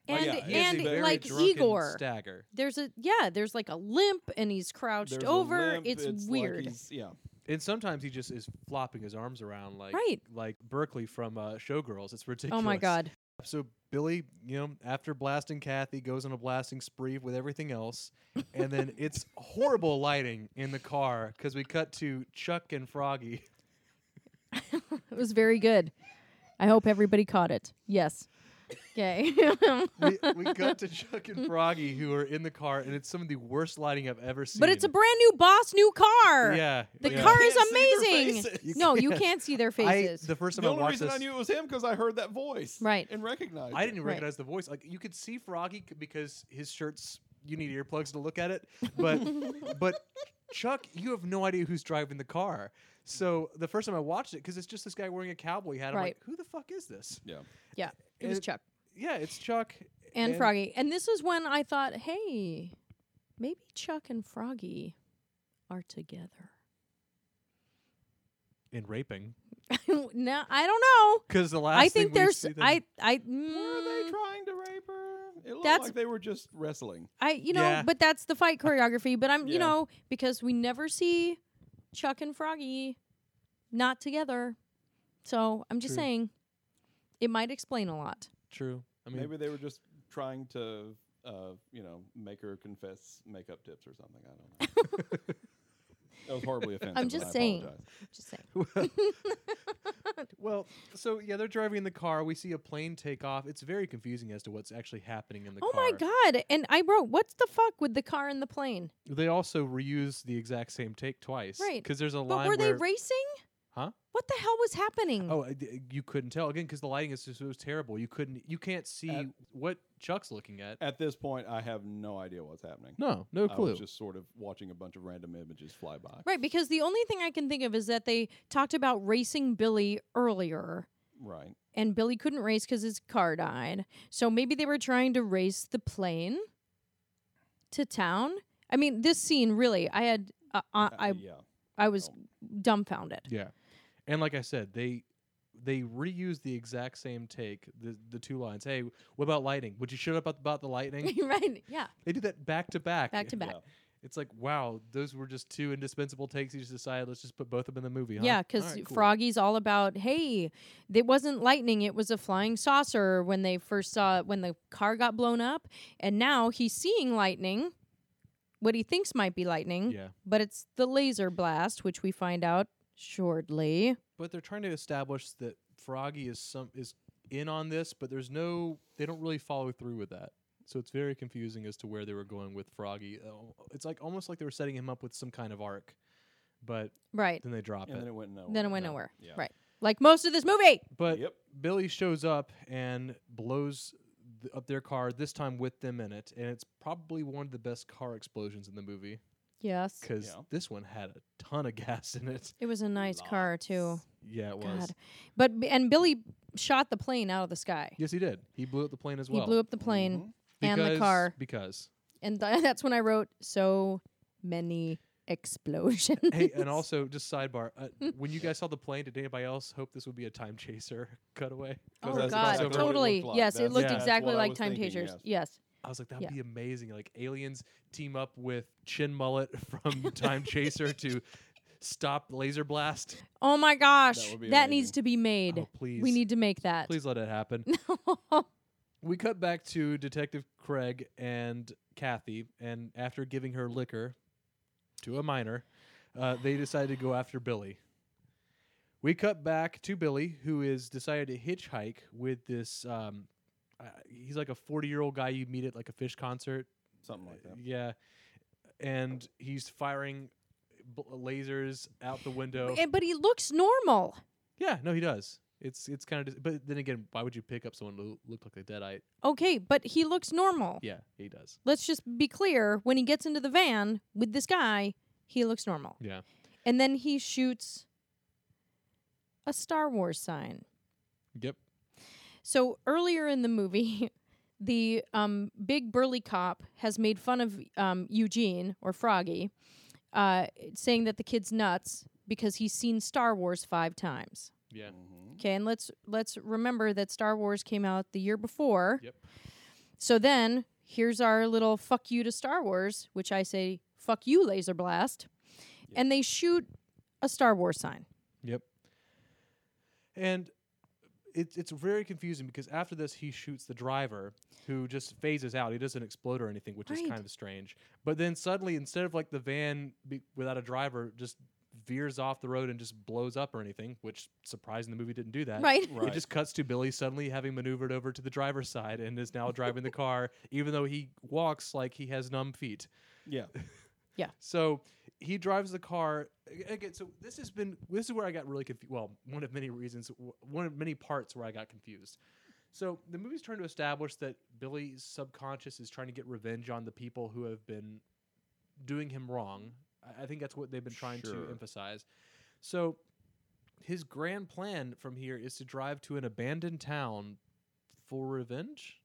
[SPEAKER 10] and
[SPEAKER 9] oh, yeah,
[SPEAKER 8] He has a
[SPEAKER 10] and
[SPEAKER 8] very
[SPEAKER 10] like
[SPEAKER 8] drunken
[SPEAKER 10] Igor.
[SPEAKER 8] stagger.
[SPEAKER 10] There's a yeah, there's like a limp and he's crouched
[SPEAKER 9] There's a
[SPEAKER 10] over.
[SPEAKER 9] limp,
[SPEAKER 10] it's,
[SPEAKER 9] like
[SPEAKER 10] weird.
[SPEAKER 9] he's- yeah.
[SPEAKER 8] And sometimes he just is flopping his arms around like
[SPEAKER 10] Right.
[SPEAKER 8] like Berkeley from uh, Showgirls. It's ridiculous.
[SPEAKER 10] oh my god.
[SPEAKER 8] So Billy, you know, after blasting Kathy, goes on a blasting spree with everything else, and
[SPEAKER 10] *laughs*
[SPEAKER 8] then it's horrible lighting in the car because we cut to Chuck and Froggy.
[SPEAKER 10] It was very good. I hope everybody caught it. Yes. Okay. *laughs*
[SPEAKER 8] we, we cut to Chuck and Froggy who are in the car, and it's some of the worst lighting I've ever seen.
[SPEAKER 10] but it's a brand new boss, new car.
[SPEAKER 8] yeah.
[SPEAKER 10] The
[SPEAKER 8] yeah.
[SPEAKER 10] car is
[SPEAKER 9] can't see their
[SPEAKER 10] amazing.
[SPEAKER 9] faces. You
[SPEAKER 10] no, you can't see their
[SPEAKER 8] I,
[SPEAKER 10] faces.
[SPEAKER 8] the first time
[SPEAKER 9] The
[SPEAKER 8] I
[SPEAKER 9] only
[SPEAKER 8] watched
[SPEAKER 9] reason
[SPEAKER 8] this,
[SPEAKER 9] I knew it was him because I heard that voice.
[SPEAKER 10] Right.
[SPEAKER 9] And recognized
[SPEAKER 8] I
[SPEAKER 9] it.
[SPEAKER 8] didn't even
[SPEAKER 10] Right.
[SPEAKER 8] recognize the voice. Like you could see Froggy c- because his shirt's you need earplugs to look at it,
[SPEAKER 10] *laughs*
[SPEAKER 8] but but Chuck, you have no idea who's driving the car. So the first time I watched it, because it's just this guy wearing a cowboy hat, I'm
[SPEAKER 10] Right.
[SPEAKER 8] like, who the fuck is this?
[SPEAKER 9] Yeah.
[SPEAKER 10] yeah, it was
[SPEAKER 8] and-
[SPEAKER 10] Chuck
[SPEAKER 8] Yeah, it's Chuck
[SPEAKER 10] and, Froggy. And this is when I thought, hey, maybe Chuck and Froggy are together. *laughs*
[SPEAKER 8] in raping
[SPEAKER 10] no, I don't know.
[SPEAKER 8] because the last
[SPEAKER 10] I
[SPEAKER 8] thing
[SPEAKER 10] think
[SPEAKER 8] we
[SPEAKER 10] there's
[SPEAKER 8] see them-
[SPEAKER 10] I I
[SPEAKER 9] Were they
[SPEAKER 10] mm,
[SPEAKER 9] trying to rape her? It looked
[SPEAKER 10] That's-
[SPEAKER 9] like they were just wrestling.
[SPEAKER 10] I you know,
[SPEAKER 8] Yeah.
[SPEAKER 10] but that's the fight choreography. But I'm you
[SPEAKER 9] Yeah.
[SPEAKER 10] know because we never see Chuck and Froggy not together, so I'm just
[SPEAKER 8] True.
[SPEAKER 10] saying it might explain a lot.
[SPEAKER 8] true. I mean,
[SPEAKER 9] Maybe they were just trying to, uh, you know, make her confess makeup tips or something. I don't know.
[SPEAKER 8] *laughs*
[SPEAKER 9] that was horribly offensive.
[SPEAKER 10] just
[SPEAKER 9] and I
[SPEAKER 10] saying.
[SPEAKER 9] apologize.
[SPEAKER 10] Just saying.
[SPEAKER 8] Well, so yeah, they're driving in the car. We see a plane take off. It's very confusing as to what's actually happening in the
[SPEAKER 10] Oh
[SPEAKER 8] car.
[SPEAKER 10] my god! And I wrote, "What's the fuck with the car and the plane?"
[SPEAKER 8] They also reuse the exact same take twice,
[SPEAKER 10] Right.
[SPEAKER 8] Because there's a
[SPEAKER 10] But
[SPEAKER 8] line
[SPEAKER 10] were they
[SPEAKER 8] where
[SPEAKER 10] racing?
[SPEAKER 8] Huh?
[SPEAKER 10] What the hell was happening?
[SPEAKER 8] Oh, I d- you couldn't tell again because the lighting is just it was terrible. You couldn't. You can't see
[SPEAKER 9] At-
[SPEAKER 8] what Chuck's looking at.
[SPEAKER 9] At this point, I have no idea what's happening.
[SPEAKER 8] No, no
[SPEAKER 9] I
[SPEAKER 8] clue.
[SPEAKER 9] was just sort of watching a bunch of random images fly by.
[SPEAKER 10] Right, because the only thing I can think of is that they talked about racing Billy earlier,
[SPEAKER 9] Right.
[SPEAKER 10] and Billy couldn't race because his car died. So maybe they were trying to race the plane to town. I mean, this scene really, I had, uh, uh, I,
[SPEAKER 9] yeah.
[SPEAKER 10] I was dumbfounded.
[SPEAKER 8] *laughs* yeah, and like I said, they they reused the exact same take. The the two lines. Hey, what about lighting? Would you shut up about the
[SPEAKER 10] *laughs*
[SPEAKER 8] lightning?
[SPEAKER 10] right? Yeah,
[SPEAKER 8] they did that back to back.
[SPEAKER 10] back to back.
[SPEAKER 9] Yeah.
[SPEAKER 8] It's like wow, those were just two indispensable takes. You just decided let's just put both of them in the movie. Huh?
[SPEAKER 10] Yeah, because
[SPEAKER 8] Alright, cool.
[SPEAKER 10] Froggy's all about, hey, it wasn't lightning, it was a flying saucer when they first saw when the car got blown up. And now he's seeing lightning, what he thinks might be lightning,
[SPEAKER 8] Yeah.
[SPEAKER 10] but it's the laser blast, which we find out shortly.
[SPEAKER 8] but they're trying to establish that Froggy is some is in on this, but there's no they don't really follow through with that. So it's very confusing as to where they were going with Froggy. Oh, It's like almost like they were setting him up with some kind of arc, but
[SPEAKER 10] Right.
[SPEAKER 8] then they drop
[SPEAKER 9] And
[SPEAKER 8] it.
[SPEAKER 9] then it went nowhere.
[SPEAKER 10] Then it went
[SPEAKER 9] No.
[SPEAKER 10] nowhere.
[SPEAKER 9] Yeah.
[SPEAKER 10] Right. Like most of this movie.
[SPEAKER 8] but
[SPEAKER 9] Yep.
[SPEAKER 8] Billy shows up and blows th- up their car this time with them in it, and it's probably one of the best car explosions in the movie
[SPEAKER 10] Yes.
[SPEAKER 8] because
[SPEAKER 9] Yeah.
[SPEAKER 8] this one had a ton of *laughs* gas in it.
[SPEAKER 10] It was a nice car too.
[SPEAKER 8] Yeah, it was.
[SPEAKER 10] God. But b- and Billy shot the plane out of the sky.
[SPEAKER 8] Yes, he did. He blew up the plane as well. Mm-hmm.
[SPEAKER 10] he blew up the plane and the
[SPEAKER 8] Because-
[SPEAKER 10] car.
[SPEAKER 8] because
[SPEAKER 10] And th- *laughs* that's when I wrote so many explosions.
[SPEAKER 8] hey,
[SPEAKER 10] *laughs*
[SPEAKER 8] and also just sidebar: uh, when you guys saw the plane, did anybody else hope this would be a time chaser *laughs* cutaway? 'Cause
[SPEAKER 10] oh
[SPEAKER 9] that's
[SPEAKER 8] that's
[SPEAKER 10] god,
[SPEAKER 8] exactly what it
[SPEAKER 10] totally.
[SPEAKER 9] looked like.
[SPEAKER 10] Yes, it
[SPEAKER 9] That's-
[SPEAKER 10] looked
[SPEAKER 8] yeah, that's
[SPEAKER 10] exactly
[SPEAKER 9] what I
[SPEAKER 10] like
[SPEAKER 9] was
[SPEAKER 10] time
[SPEAKER 9] thinking,
[SPEAKER 10] chagers.
[SPEAKER 9] yes.
[SPEAKER 10] Yes.
[SPEAKER 8] I was like, that'd
[SPEAKER 10] Yeah.
[SPEAKER 8] be amazing. Like aliens team up with Chin Mullet *laughs* from Time Chaser
[SPEAKER 10] *laughs*
[SPEAKER 8] to stop laser blast.
[SPEAKER 10] Oh my gosh,
[SPEAKER 9] would
[SPEAKER 10] that,
[SPEAKER 9] be
[SPEAKER 10] needs
[SPEAKER 9] amazing.
[SPEAKER 10] to be made.
[SPEAKER 8] Oh, please.
[SPEAKER 10] We need to make that. *laughs*
[SPEAKER 8] Please let it happen. we cut back to Detective Craig and Kathy, and after giving her liquor to a minor, uh, they decided to go after Billy. We cut back to Billy, who is decided to hitchhike with this. Um, uh, he's like a forty-year-old guy you meet at like a fish concert.
[SPEAKER 9] Something like that.
[SPEAKER 8] Yeah, and he's firing bl- uh, lasers out the window.
[SPEAKER 10] Eh, but he looks normal.
[SPEAKER 8] yeah, no, he does. It's it's kind of. Dis- but then again, why would you pick up someone who looked like a deadite?
[SPEAKER 10] Okay, but he looks normal.
[SPEAKER 8] Yeah, he does.
[SPEAKER 10] Let's just be clear. When he gets into the van with this guy, he looks normal.
[SPEAKER 8] Yeah.
[SPEAKER 10] And then he shoots a Star Wars sign.
[SPEAKER 8] Yep.
[SPEAKER 10] So earlier in the movie, *laughs* the um, big burly cop has made fun of um, Eugene or Froggy, uh, saying that the kid's nuts because he's seen Star Wars five times.
[SPEAKER 8] Yeah.
[SPEAKER 9] Mm-hmm.
[SPEAKER 10] Okay, and let's let's remember that Star Wars came out the year before.
[SPEAKER 8] Yep.
[SPEAKER 10] So then here's our little fuck you to Star Wars, which I say fuck you laser blast, and they shoot a Star Wars sign.
[SPEAKER 8] Yep. And it's it's very confusing because after this he shoots the driver who just phases out. He doesn't explode or anything, which is
[SPEAKER 10] Right.
[SPEAKER 8] kind of strange. But then suddenly, instead of like the van be, without a driver, just veers off the road and just blows up or anything, which surprising the movie didn't do that.
[SPEAKER 10] Right.
[SPEAKER 8] *laughs* It just cuts to Billy suddenly having maneuvered over to the driver's side and is now driving the car, even though he walks like he has numb feet.
[SPEAKER 9] Yeah.
[SPEAKER 10] *laughs*
[SPEAKER 8] So he drives the car a- again. So this has been this is where I got really confused. Well, one of many reasons, w- one of many parts where I got confused. So the movie's trying to establish that Billy's subconscious is trying to get revenge on the people who have been doing him wrong. I, I think that's what they've been trying
[SPEAKER 9] Sure.
[SPEAKER 8] to emphasize. So his grand plan from here is to drive to an abandoned town for revenge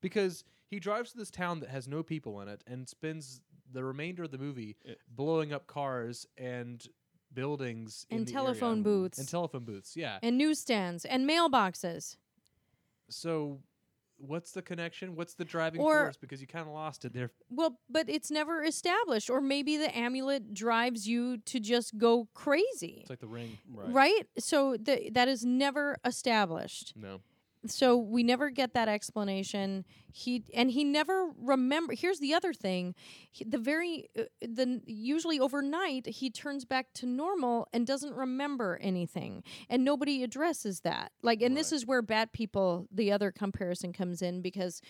[SPEAKER 8] because he drives to this town that has no people in it and spends the remainder of the movie
[SPEAKER 9] It-
[SPEAKER 8] blowing up cars and buildings in
[SPEAKER 10] And
[SPEAKER 8] the
[SPEAKER 10] telephone
[SPEAKER 8] area.
[SPEAKER 10] booths.
[SPEAKER 8] and telephone booths yeah
[SPEAKER 10] And newsstands and mailboxes.
[SPEAKER 8] so what's the connection what's the driving
[SPEAKER 10] Or-
[SPEAKER 8] force because you kind of lost it there
[SPEAKER 10] Well, but it's never established, or maybe the amulet drives you to just go crazy,
[SPEAKER 8] it's like the ring
[SPEAKER 9] Right.
[SPEAKER 10] right. So th- that is never established.
[SPEAKER 8] no
[SPEAKER 10] So we never get that explanation. He and he never remember. Here's the other thing: he, the very uh, the usually overnight he turns back to normal and doesn't remember anything, and nobody addresses that. Like, and this is where bad people, the other comparison comes in because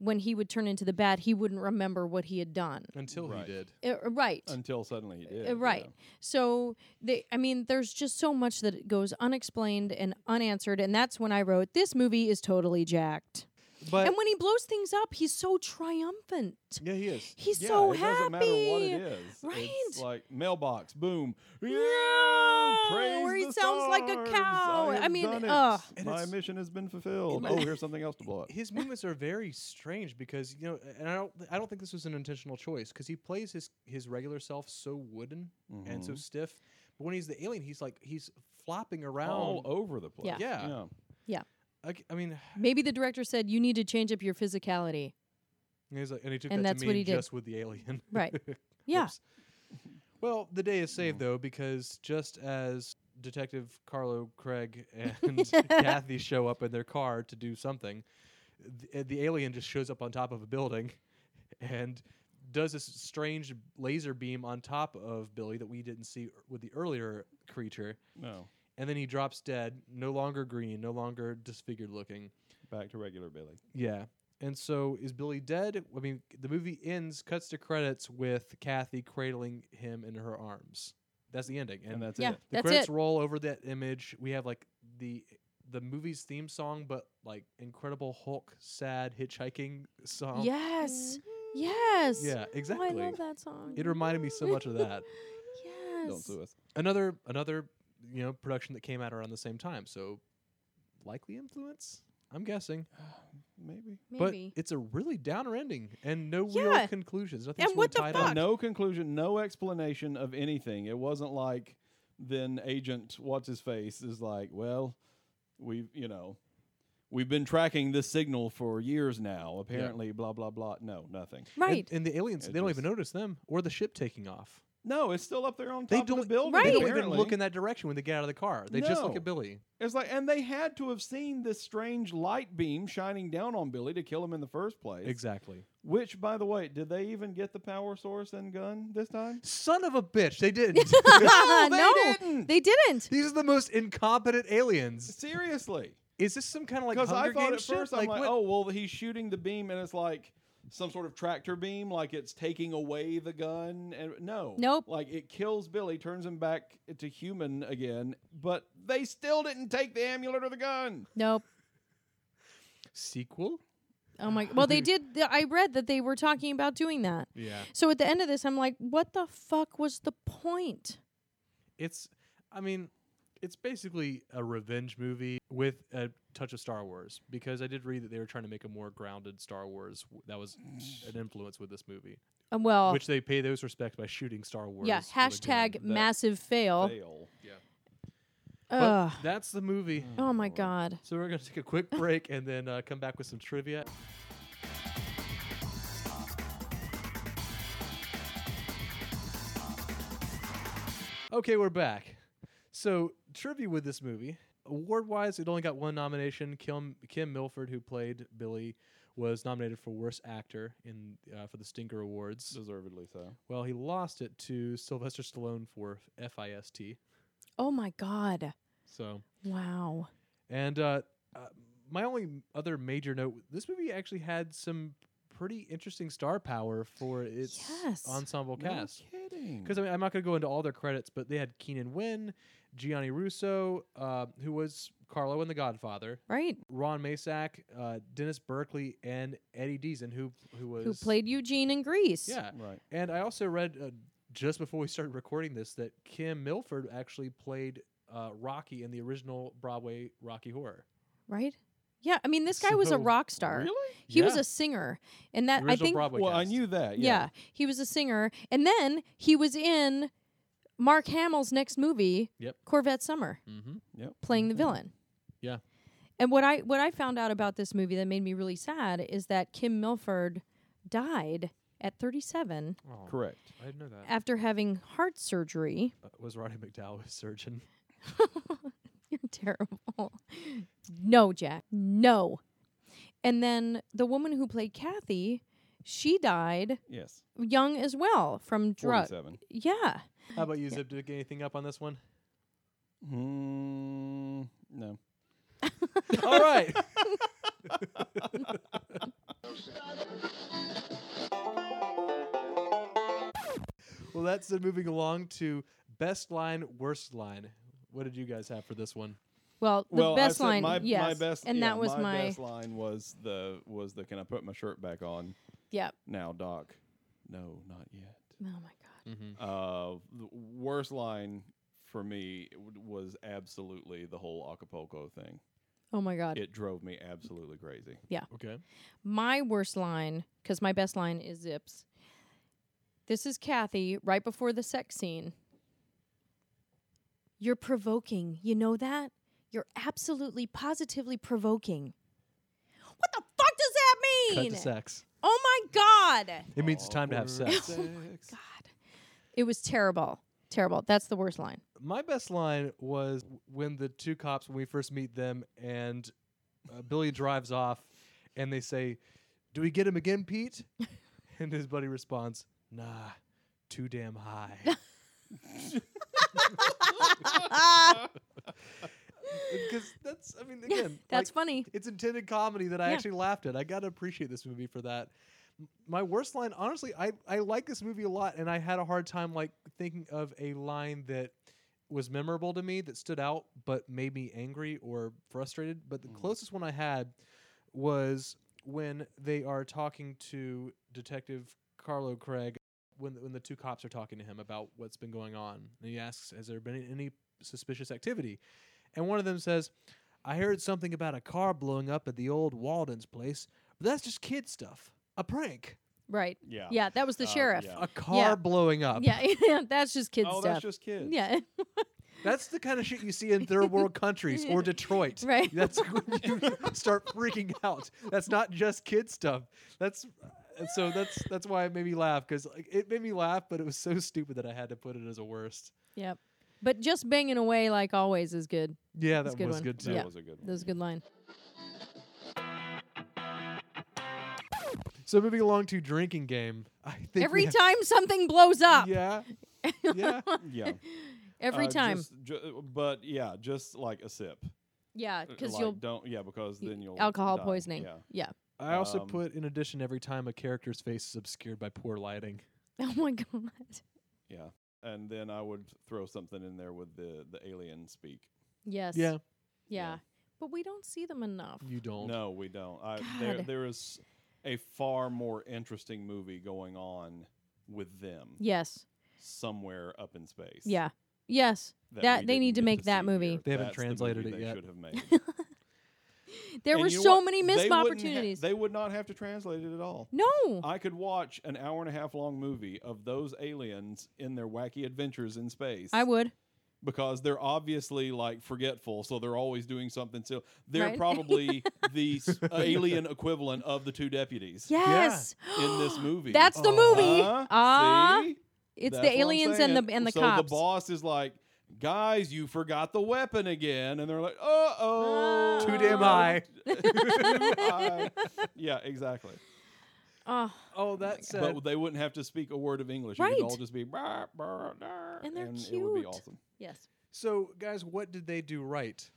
[SPEAKER 10] when he would turn into the bat, he wouldn't remember what he had done.
[SPEAKER 8] Until
[SPEAKER 9] Right.
[SPEAKER 8] he did.
[SPEAKER 10] Uh, right.
[SPEAKER 9] until suddenly he did. yeah.
[SPEAKER 10] Uh, right. So they I mean there's just so much that it goes unexplained and unanswered and that's when I wrote this movie is totally jacked.
[SPEAKER 8] But
[SPEAKER 10] and when he blows things up, he's so triumphant.
[SPEAKER 9] Yeah, he is.
[SPEAKER 10] He's
[SPEAKER 9] Yeah,
[SPEAKER 10] so
[SPEAKER 9] it doesn't matter what it
[SPEAKER 10] happy.
[SPEAKER 9] is.
[SPEAKER 10] Right.
[SPEAKER 9] It's like mailbox, boom. Yeah,
[SPEAKER 10] Yeah,
[SPEAKER 9] praise
[SPEAKER 10] where he
[SPEAKER 9] the
[SPEAKER 10] sounds like a
[SPEAKER 9] stars.
[SPEAKER 10] cow.
[SPEAKER 9] I,
[SPEAKER 10] I
[SPEAKER 9] have
[SPEAKER 10] mean,
[SPEAKER 9] done it.
[SPEAKER 10] ugh.
[SPEAKER 8] And
[SPEAKER 9] my
[SPEAKER 8] it's-
[SPEAKER 9] mission has been fulfilled.
[SPEAKER 8] It-
[SPEAKER 9] Oh, here's something else to blow up.
[SPEAKER 8] his movements are very strange because you know, and I don't, I don't think this was an intentional choice because he plays his his regular self so wooden and
[SPEAKER 9] Mm-hmm.
[SPEAKER 8] so stiff. But when he's the alien, he's like he's flopping around.
[SPEAKER 9] All over the place.
[SPEAKER 10] Yeah.
[SPEAKER 8] Yeah.
[SPEAKER 9] yeah.
[SPEAKER 8] I, I mean,
[SPEAKER 10] Maybe the director said you need to change up your physicality.
[SPEAKER 8] and he's like, and he took
[SPEAKER 10] And
[SPEAKER 8] that
[SPEAKER 10] that's
[SPEAKER 8] to
[SPEAKER 10] what
[SPEAKER 8] mean
[SPEAKER 10] he did.
[SPEAKER 8] just with the alien. *laughs*
[SPEAKER 10] Right. Yeah.
[SPEAKER 8] Oops. Well, the day is saved though because just as Detective Carlo
[SPEAKER 10] *laughs*
[SPEAKER 8] Craig and Kathy show up in their car to do something, the, the alien just shows up on top of a building and does this strange laser beam on top of Billy that we didn't see with the earlier creature,
[SPEAKER 9] No.
[SPEAKER 8] and then he drops dead, no longer green, no longer disfigured looking.
[SPEAKER 9] Back to regular Billy.
[SPEAKER 8] Yeah. And so is Billy dead? I mean, the movie ends, cuts to credits with Kathy cradling him in her arms. That's the ending. And,
[SPEAKER 9] And that's it.
[SPEAKER 10] Yeah.
[SPEAKER 8] the
[SPEAKER 10] That's
[SPEAKER 8] credits
[SPEAKER 10] it.
[SPEAKER 8] roll over that image. We have like the the movie's theme song, but like Incredible Hulk sad hitchhiking song.
[SPEAKER 10] Yes. Yes.
[SPEAKER 8] Yeah,
[SPEAKER 10] Oh, I
[SPEAKER 8] exactly.
[SPEAKER 10] love that song.
[SPEAKER 8] It reminded me so much of
[SPEAKER 10] *laughs*
[SPEAKER 8] that.
[SPEAKER 10] yes.
[SPEAKER 9] Don't sue us.
[SPEAKER 8] Another another, you know, production that came out around the same time. So likely influence, I'm
[SPEAKER 10] *gasps*
[SPEAKER 8] guessing. *laughs*
[SPEAKER 9] Maybe.
[SPEAKER 10] Maybe.
[SPEAKER 8] But it's a really downer ending and no
[SPEAKER 10] Yeah.
[SPEAKER 8] real conclusions. Nothing's really
[SPEAKER 10] what the
[SPEAKER 8] tied *laughs*
[SPEAKER 10] fuck?
[SPEAKER 8] up.
[SPEAKER 9] No conclusion, no explanation of anything. It wasn't like then agent what's his face is like, well, we've you know, we've been tracking this signal for years now. Apparently, blah blah blah. No, nothing.
[SPEAKER 8] And-
[SPEAKER 10] right. *laughs*
[SPEAKER 8] *laughs* And, the aliens,
[SPEAKER 9] It
[SPEAKER 8] they don't
[SPEAKER 9] just-
[SPEAKER 8] even notice them or the ship taking off.
[SPEAKER 9] No, it's still up there on top
[SPEAKER 8] They
[SPEAKER 9] of
[SPEAKER 8] don't,
[SPEAKER 9] the building.
[SPEAKER 10] Right.
[SPEAKER 8] they don't even
[SPEAKER 9] apparently.
[SPEAKER 8] look in that direction when they get out of the car. They just look
[SPEAKER 9] No.
[SPEAKER 8] at Billy.
[SPEAKER 9] It's like, and they had to have seen this strange light beam shining down on Billy to kill him in the first place.
[SPEAKER 8] Exactly.
[SPEAKER 9] Which, by the way, did they even get the power source and gun this time?
[SPEAKER 8] Son of a bitch, they
[SPEAKER 10] *laughs*
[SPEAKER 8] didn't. *laughs*
[SPEAKER 10] no,
[SPEAKER 9] they didn't.
[SPEAKER 10] They didn't.
[SPEAKER 8] These are the most incompetent aliens.
[SPEAKER 9] Seriously.
[SPEAKER 8] Is this some kind of like
[SPEAKER 9] Because I
[SPEAKER 8] Hunger
[SPEAKER 9] thought at
[SPEAKER 8] Games shit?
[SPEAKER 9] first, I'm like,
[SPEAKER 8] what-
[SPEAKER 9] oh, well, he's shooting the beam and it's like some sort of tractor beam, like it's taking away the gun. And no.
[SPEAKER 10] Nope.
[SPEAKER 9] Like it kills Billy, turns him back to human again, but they still didn't take the amulet or the gun.
[SPEAKER 10] Nope.
[SPEAKER 8] sequel.
[SPEAKER 10] Oh my.
[SPEAKER 8] *laughs*
[SPEAKER 10] Well, they did. th- I read that they were talking about doing that.
[SPEAKER 8] Yeah,
[SPEAKER 10] So at the end of this, I'm like, what the fuck was the point?
[SPEAKER 8] it's. I mean, it's basically a revenge movie with a touch of Star Wars because I did read that they were trying to make a more grounded Star Wars. w- That was an influence with this movie,
[SPEAKER 10] Um, well,
[SPEAKER 8] which they pay those respects by shooting Star Wars.
[SPEAKER 10] yeah.
[SPEAKER 8] with a gun.
[SPEAKER 10] Hashtag
[SPEAKER 9] that
[SPEAKER 10] massive fail.
[SPEAKER 9] Fail.
[SPEAKER 8] But
[SPEAKER 10] Ugh.
[SPEAKER 8] that's the movie.
[SPEAKER 10] Oh
[SPEAKER 9] Mm,
[SPEAKER 10] my god.
[SPEAKER 8] So we're going to take a quick break and then uh, come back with some trivia. Okay, we're back. So trivia with this movie. Award-wise, it only got one nomination. Kim, Kim Milford, who played Billy, was nominated for Worst Actor in uh, for the Stinker Awards.
[SPEAKER 9] Deservedly so.
[SPEAKER 8] Well, he lost it to Sylvester Stallone for FIST.
[SPEAKER 10] Oh my god.
[SPEAKER 8] So
[SPEAKER 10] Wow.
[SPEAKER 8] And uh, uh, my only m- other major note: this movie actually had some pretty interesting star power for its
[SPEAKER 10] Yes.
[SPEAKER 8] ensemble cast.
[SPEAKER 9] No kidding.
[SPEAKER 8] Because I mean, I'm not going to go into all their credits, but they had Keenan Wynn, Gianni Russo, uh, who was Carlo in The Godfather,
[SPEAKER 10] Right.
[SPEAKER 8] Ron Masak, uh, Dennis Berkeley, and Eddie Deason, who who was
[SPEAKER 10] Who played Eugene in Greece?
[SPEAKER 8] yeah.
[SPEAKER 9] Right.
[SPEAKER 8] And I also read uh, just before we started recording this that Kim Milford actually played uh, Rocky in the original Broadway Rocky Horror.
[SPEAKER 10] Right. Yeah. I mean, this guy was a
[SPEAKER 8] So,
[SPEAKER 10] rock star.
[SPEAKER 9] Really?
[SPEAKER 10] He was
[SPEAKER 8] Yeah.
[SPEAKER 10] a singer, and that
[SPEAKER 8] The
[SPEAKER 10] I
[SPEAKER 8] original
[SPEAKER 10] think.
[SPEAKER 8] Broadway
[SPEAKER 9] Well, I
[SPEAKER 8] cast.
[SPEAKER 9] knew that.
[SPEAKER 10] Yeah. he was a singer, and then he was in Mark Hamill's next movie,
[SPEAKER 8] Yep. Mm-hmm.
[SPEAKER 10] Corvette Summer,
[SPEAKER 9] Yep.
[SPEAKER 10] playing the villain.
[SPEAKER 8] Yeah.
[SPEAKER 10] And what I what I found out about this movie that made me really sad is that Kim Milford died at 37
[SPEAKER 8] Oh.
[SPEAKER 9] Correct.
[SPEAKER 8] I didn't know that.
[SPEAKER 10] after having heart surgery.
[SPEAKER 8] Uh, was Roddy McDowell a
[SPEAKER 10] *laughs*
[SPEAKER 8] surgeon?
[SPEAKER 10] You're *laughs* terrible. No, Jack. No. And then the woman who played Kathy, she died
[SPEAKER 9] Yes.
[SPEAKER 10] young as well from drugs.
[SPEAKER 9] 47.
[SPEAKER 10] Yeah.
[SPEAKER 8] How about you, Zip? Did you get anything up on this
[SPEAKER 10] *laughs*
[SPEAKER 8] one?
[SPEAKER 9] Mm, no.
[SPEAKER 10] *laughs*
[SPEAKER 8] All right. cuts and uh, moving along to best line, worst line. What did you guys have for this one?
[SPEAKER 10] Well, the
[SPEAKER 9] well, I
[SPEAKER 10] best
[SPEAKER 9] said
[SPEAKER 10] line,
[SPEAKER 9] my,
[SPEAKER 10] yes,
[SPEAKER 9] my best,
[SPEAKER 10] and
[SPEAKER 9] yeah,
[SPEAKER 10] that was
[SPEAKER 9] my,
[SPEAKER 10] my,
[SPEAKER 9] best line was the was the can I put my shirt back on
[SPEAKER 10] yeah.
[SPEAKER 9] now, Doc? No, not yet.
[SPEAKER 10] Oh my god,
[SPEAKER 8] Hmm.
[SPEAKER 9] Uh, the worst line for me w- was absolutely the whole Acapulco thing.
[SPEAKER 10] oh my god.
[SPEAKER 9] It drove me absolutely crazy.
[SPEAKER 8] Okay.
[SPEAKER 10] my worst line, because my best line is zips. This is Kathy right before the sex scene. You're provoking. You know that? You're absolutely, positively provoking. What the fuck does that
[SPEAKER 8] Cut
[SPEAKER 10] mean?
[SPEAKER 8] to sex.
[SPEAKER 10] Oh my God.
[SPEAKER 8] It means it's time to have
[SPEAKER 9] Awkward
[SPEAKER 10] Oh
[SPEAKER 8] sex.
[SPEAKER 9] sex.
[SPEAKER 10] It was terrible. Terrible. That's the
[SPEAKER 9] *laughs*
[SPEAKER 10] worst line.
[SPEAKER 8] My best line was when the two cops, when we first meet them, and uh, Billy drives off, and they say, "Do we get him again, Pete?" and his buddy responds, "Nah, too damn high." Because that's, I mean, again,
[SPEAKER 10] *laughs* That's
[SPEAKER 8] like,
[SPEAKER 10] funny.
[SPEAKER 8] It's intended comedy that I
[SPEAKER 10] Yeah.
[SPEAKER 8] actually laughed at. I gotta appreciate this movie for that. M- My worst line, honestly, I I like this movie a lot, and I had a hard time like thinking of a line that was memorable to me that stood out, but made me angry or frustrated. But the closest one I had was when they are talking to Detective Carlo Craig when when the two cops are talking to him about what's been going on. And he asks, "Has there been any suspicious activity?" And one of them says, "I heard something about a car blowing up at the old Walden's place, but that's just kid stuff. A prank.
[SPEAKER 10] Right.
[SPEAKER 9] Yeah.
[SPEAKER 10] Yeah, that was
[SPEAKER 8] Oh,
[SPEAKER 10] the
[SPEAKER 9] Uh,
[SPEAKER 10] sheriff.
[SPEAKER 9] yeah.
[SPEAKER 8] A car blowing up.
[SPEAKER 10] Yeah, yeah, *laughs* that's just kid
[SPEAKER 9] Oh,
[SPEAKER 10] stuff.
[SPEAKER 9] that's just kids.
[SPEAKER 10] yeah.
[SPEAKER 8] That's the kind of shit you see in third world countries
[SPEAKER 10] *laughs*
[SPEAKER 8] or Detroit.
[SPEAKER 10] Right.
[SPEAKER 8] That's when you *laughs* start freaking out. That's not just kid stuff. That's and so that's that's why it made me laugh because like, it made me laugh, but it was so stupid that I had to put it as a worst.
[SPEAKER 10] Yep. But just banging away like always is good.
[SPEAKER 8] Yeah,
[SPEAKER 10] That's
[SPEAKER 8] that
[SPEAKER 10] a good
[SPEAKER 8] was
[SPEAKER 10] one.
[SPEAKER 8] good too.
[SPEAKER 9] That
[SPEAKER 10] Yeah.
[SPEAKER 9] was a good one.
[SPEAKER 10] That was a good line.
[SPEAKER 8] So moving along to drinking game, I think we
[SPEAKER 10] Every
[SPEAKER 8] have-
[SPEAKER 10] time something blows up. *laughs*
[SPEAKER 8] Yeah, yeah.
[SPEAKER 9] Yeah.
[SPEAKER 10] Every
[SPEAKER 9] Uh,
[SPEAKER 10] time.
[SPEAKER 9] just- ju- but yeah, just like a sip.
[SPEAKER 10] yeah, because
[SPEAKER 9] uh, Like,
[SPEAKER 10] you'll
[SPEAKER 9] don't. Yeah, because then you'll
[SPEAKER 10] alcohol
[SPEAKER 9] die.
[SPEAKER 10] poisoning.
[SPEAKER 9] Yeah.
[SPEAKER 10] Yeah. *laughs*
[SPEAKER 8] I also
[SPEAKER 9] Um,
[SPEAKER 8] put in addition every time a character's face is obscured by poor lighting.
[SPEAKER 10] Oh my god.
[SPEAKER 9] Yeah. And then I would throw something in there with the the alien speak.
[SPEAKER 10] Yes.
[SPEAKER 8] Yeah,
[SPEAKER 10] Yeah. But we don't see them enough.
[SPEAKER 8] you don't.
[SPEAKER 9] No, we don't. I, there,
[SPEAKER 10] God.
[SPEAKER 9] there is a far more interesting movie going on with them
[SPEAKER 10] Yes.
[SPEAKER 9] somewhere up in space.
[SPEAKER 10] Yeah. Yes. That-
[SPEAKER 9] we
[SPEAKER 10] they
[SPEAKER 9] didn't
[SPEAKER 10] need to
[SPEAKER 9] get
[SPEAKER 10] make that
[SPEAKER 9] see
[SPEAKER 10] movie.
[SPEAKER 9] here.
[SPEAKER 8] They haven't
[SPEAKER 9] That's the
[SPEAKER 8] translated
[SPEAKER 9] movie
[SPEAKER 8] it
[SPEAKER 9] they
[SPEAKER 8] yet.
[SPEAKER 9] Should have made.
[SPEAKER 10] *laughs* There
[SPEAKER 9] And
[SPEAKER 10] were
[SPEAKER 9] you know
[SPEAKER 10] so
[SPEAKER 9] what?
[SPEAKER 10] many
[SPEAKER 9] They
[SPEAKER 10] missed
[SPEAKER 9] wouldn't ha-
[SPEAKER 10] opportunities.
[SPEAKER 9] they Uh, would not have to translate it at all.
[SPEAKER 10] no.
[SPEAKER 9] I could watch an hour and a half long movie of those aliens in their wacky adventures in space.
[SPEAKER 10] I would.
[SPEAKER 9] because they're obviously like forgetful, so they're always doing something. So they're
[SPEAKER 10] Right. *laughs*
[SPEAKER 9] probably the
[SPEAKER 8] *laughs*
[SPEAKER 9] s- alien equivalent of the two deputies
[SPEAKER 10] Yes. *gasps*
[SPEAKER 9] in this movie.
[SPEAKER 10] That's the movie.
[SPEAKER 9] Uh,
[SPEAKER 10] Ah.
[SPEAKER 9] see?
[SPEAKER 10] it's
[SPEAKER 9] That's what
[SPEAKER 10] the
[SPEAKER 9] I'm
[SPEAKER 10] aliens and
[SPEAKER 9] saying.
[SPEAKER 10] the and the
[SPEAKER 9] so
[SPEAKER 10] cops.
[SPEAKER 9] the boss is like, guys, you forgot the weapon again, and they're like, uh
[SPEAKER 10] *laughs*
[SPEAKER 9] oh,
[SPEAKER 8] Too damn high.
[SPEAKER 9] *laughs* yeah, exactly.
[SPEAKER 10] oh,
[SPEAKER 8] Oh, that said,
[SPEAKER 9] But they wouldn't have to speak a word of English. It
[SPEAKER 10] Right.
[SPEAKER 9] would all just be "Bah, bah, nah,"
[SPEAKER 10] And they're
[SPEAKER 9] it would be
[SPEAKER 10] cute.
[SPEAKER 9] awesome.
[SPEAKER 10] yes.
[SPEAKER 8] So, guys, what did they do right?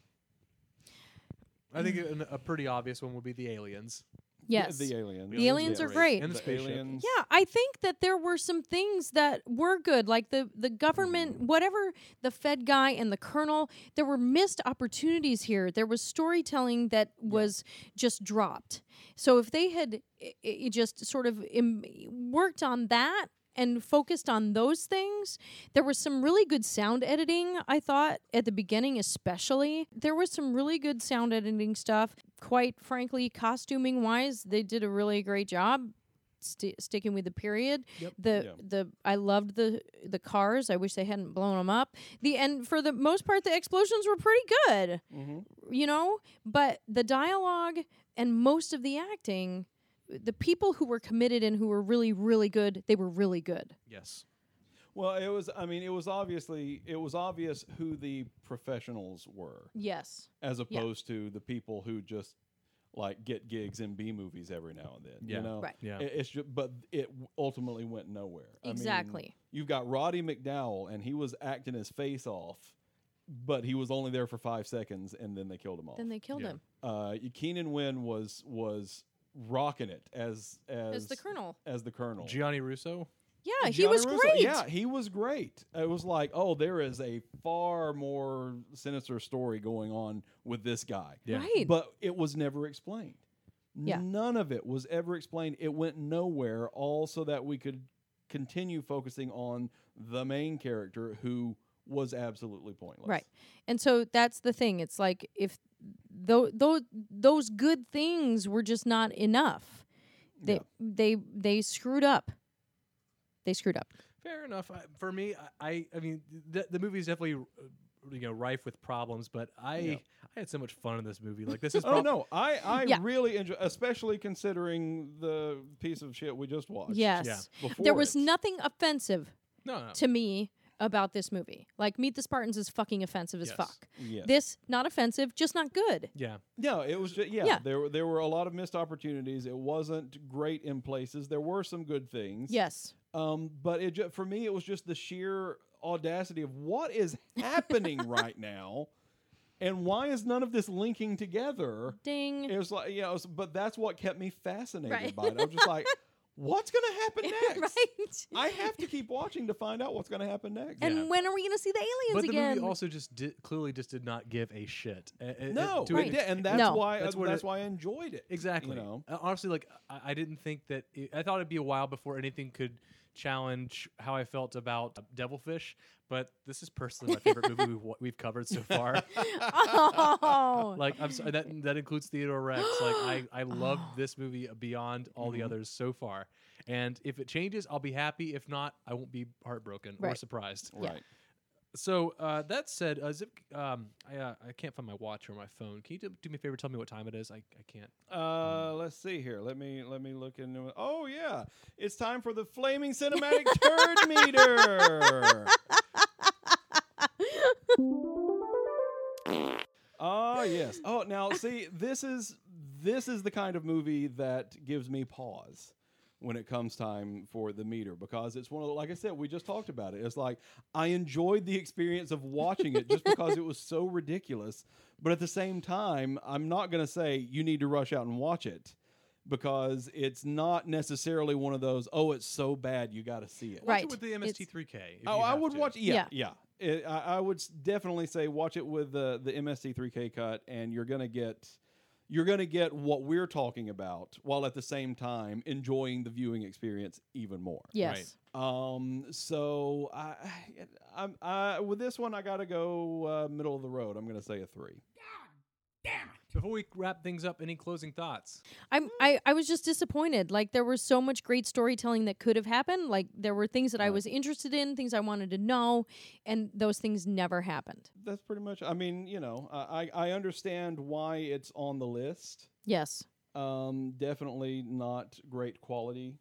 [SPEAKER 8] I think an, a pretty obvious one would be the aliens.
[SPEAKER 9] Yeah,
[SPEAKER 10] Yes.
[SPEAKER 9] the aliens.
[SPEAKER 10] The aliens are great.
[SPEAKER 8] And the spaceship.
[SPEAKER 9] aliens.
[SPEAKER 10] Yeah, I think that there were some things that were good, like the the government, whatever the Fed guy and the colonel. There were missed opportunities here. There was storytelling that was just dropped. So if they had i i just sort of Im- worked on that and focused on those things, there was some really good sound editing. I thought at the beginning, especially there was some really good sound editing stuff. Quite frankly, costuming wise, they did a really great job sti sticking with the period. The
[SPEAKER 9] Yeah.
[SPEAKER 10] the I loved the the cars. I wish they hadn't blown them up. The and for the most part, the explosions were pretty good.
[SPEAKER 9] Mm-hmm.
[SPEAKER 10] You know, but the dialogue and most of the acting, the people who were committed and who were really really good, they were really good.
[SPEAKER 8] Yes.
[SPEAKER 9] Well, it was. I mean, it was obviously it was obvious who the professionals were,
[SPEAKER 10] Yes.
[SPEAKER 9] as opposed to the people who just like get gigs in B movies every now and then.
[SPEAKER 8] Yeah.
[SPEAKER 9] You know?
[SPEAKER 10] Right.
[SPEAKER 8] Yeah.
[SPEAKER 9] It- it's just, but it w- ultimately went nowhere. I mean,
[SPEAKER 10] Exactly.
[SPEAKER 9] you've got Roddy McDowell, and he was acting his face off, but he was only there for five seconds, and then they killed him off.
[SPEAKER 10] Then they killed
[SPEAKER 8] Yeah.
[SPEAKER 10] him
[SPEAKER 9] uh, Keenan Wynn was was rocking it as as
[SPEAKER 10] as the colonel.
[SPEAKER 9] as the colonel.
[SPEAKER 8] Gianni Russo.
[SPEAKER 10] Yeah, he
[SPEAKER 9] Johnny
[SPEAKER 10] was
[SPEAKER 9] Russo.
[SPEAKER 10] great.
[SPEAKER 9] Yeah, he was great. It was like, oh, there is a far more sinister story going on with this guy.
[SPEAKER 8] Yeah.
[SPEAKER 10] Right.
[SPEAKER 9] But it was never explained.
[SPEAKER 10] Yeah.
[SPEAKER 9] None of it was ever explained. It went nowhere, all so that we could continue focusing on the main character who was absolutely pointless.
[SPEAKER 10] Right. And so that's the thing. It's like if though those those good things were just not enough. They
[SPEAKER 9] Yeah.
[SPEAKER 10] they they screwed up. They screwed up.
[SPEAKER 8] Fair enough. I, for me, I, I, I mean, the, the movie is definitely, uh, you know, rife with problems. But I, I had so much fun in this movie. Like *laughs* this is.
[SPEAKER 9] Oh
[SPEAKER 8] prob-
[SPEAKER 9] no, I I
[SPEAKER 10] Yeah.
[SPEAKER 9] really enjoy, especially considering the piece of shit we just watched.
[SPEAKER 10] Yes.
[SPEAKER 9] Before
[SPEAKER 10] There was
[SPEAKER 9] it.
[SPEAKER 10] nothing offensive
[SPEAKER 8] no, no.
[SPEAKER 10] to me about this movie. Like Meet the Spartans is fucking offensive as
[SPEAKER 8] Yes.
[SPEAKER 10] fuck.
[SPEAKER 9] Yes.
[SPEAKER 10] This not offensive, just not good.
[SPEAKER 8] yeah,
[SPEAKER 9] No, it was just yeah.
[SPEAKER 10] Yeah.
[SPEAKER 9] There were there were a lot of missed opportunities. It wasn't great in places. There were some good things.
[SPEAKER 10] Yes.
[SPEAKER 9] Um, but it ju- for me it was just the sheer audacity of what
[SPEAKER 10] *laughs*
[SPEAKER 9] is happening right now, and why is none of this linking together?
[SPEAKER 10] Ding.
[SPEAKER 9] It was like you know, s- but that's what kept me fascinated
[SPEAKER 10] Mm. Right.
[SPEAKER 9] by it. I was just
[SPEAKER 10] *laughs*
[SPEAKER 9] like, what's gonna happen next?
[SPEAKER 10] right.
[SPEAKER 9] I have to keep watching to find out what's gonna happen next.
[SPEAKER 10] *laughs* And
[SPEAKER 8] Yeah.
[SPEAKER 10] when are we going to see the
[SPEAKER 8] but
[SPEAKER 10] aliens
[SPEAKER 8] the
[SPEAKER 10] again?
[SPEAKER 8] movie also just di- clearly just did not give a shit. Uh, uh, uh,
[SPEAKER 9] no,
[SPEAKER 8] to
[SPEAKER 9] it
[SPEAKER 8] an
[SPEAKER 10] Right.
[SPEAKER 9] did, and that's
[SPEAKER 10] No.
[SPEAKER 9] why
[SPEAKER 8] That's
[SPEAKER 9] that's,
[SPEAKER 8] what
[SPEAKER 9] that's
[SPEAKER 8] it-
[SPEAKER 9] why I enjoyed it.
[SPEAKER 8] Exactly.
[SPEAKER 9] You know.
[SPEAKER 8] Uh, Honestly, like I, I didn't think that. It, I thought it'd be a while before anything could challenge how I felt about uh, Devilfish, but this is personally my favorite movie we've, wa- we've covered so *laughs* far.
[SPEAKER 10] *laughs* oh.
[SPEAKER 8] *laughs* like I'm sorry, that that includes Theodore Rex. Like I *gasps* I love this movie beyond all the others so far. And if it changes, I'll be happy. If not, I won't be heartbroken or
[SPEAKER 10] Right.
[SPEAKER 8] surprised.
[SPEAKER 10] Yeah.
[SPEAKER 9] Right.
[SPEAKER 8] So uh, that said, uh, Zip, um, I uh, I can't find my watch or my phone. Can you do, do me a favor? Tell me what time it is. I, I can't.
[SPEAKER 9] Uh, let's see here. Let me let me look into it. Oh yeah, it's time for the flaming cinematic turd meter. Ah yes. Oh now see this is this is the kind of movie that gives me pause when it comes time for the meter because it's one of the, like I said we just talked about it. It's like I enjoyed the experience of watching it just because it was so ridiculous, but at the same time I'm not going to say you need to rush out and watch it because it's not necessarily one of those oh it's so bad you got to see it.
[SPEAKER 8] Watch
[SPEAKER 10] Right.
[SPEAKER 8] it with the
[SPEAKER 10] It's-
[SPEAKER 8] MST3K. if
[SPEAKER 9] Oh,
[SPEAKER 8] you
[SPEAKER 9] I
[SPEAKER 8] have
[SPEAKER 9] would
[SPEAKER 8] to.
[SPEAKER 9] watch. Yeah, yeah. It- I, I would s- definitely say watch it with the the MST3K cut, and you're gonna get you're gonna get what we're talking about, while at the same time enjoying the viewing experience even more.
[SPEAKER 10] yes.
[SPEAKER 9] Um. So I, I'm I with this one I gotta go uh, middle of the road. I'm gonna say a three.
[SPEAKER 8] Before we wrap things up, any closing thoughts?
[SPEAKER 10] I'm, I I was just disappointed. Like there was so much great storytelling that could have happened. Like there were things that I was interested in, things I wanted to know, and those things never happened.
[SPEAKER 9] That's pretty much. I mean, you know, I I I understand why it's on the list.
[SPEAKER 10] Yes.
[SPEAKER 9] um, definitely not great quality.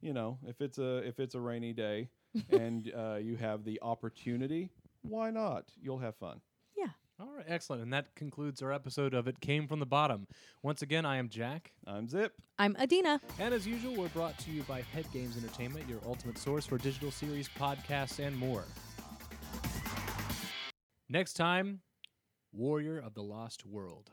[SPEAKER 9] You know, if it's a if it's a rainy day and uh, you have the opportunity, why not? You'll have fun.
[SPEAKER 8] All right, excellent. And that concludes our episode of It Came From the Bottom. Once again, I am Jack.
[SPEAKER 9] I'm Zip.
[SPEAKER 10] I'm Adina.
[SPEAKER 8] And as usual, we're brought to you by Head Games Entertainment, your ultimate source for digital series, podcasts, and more. Next time, Warrior of the Lost World.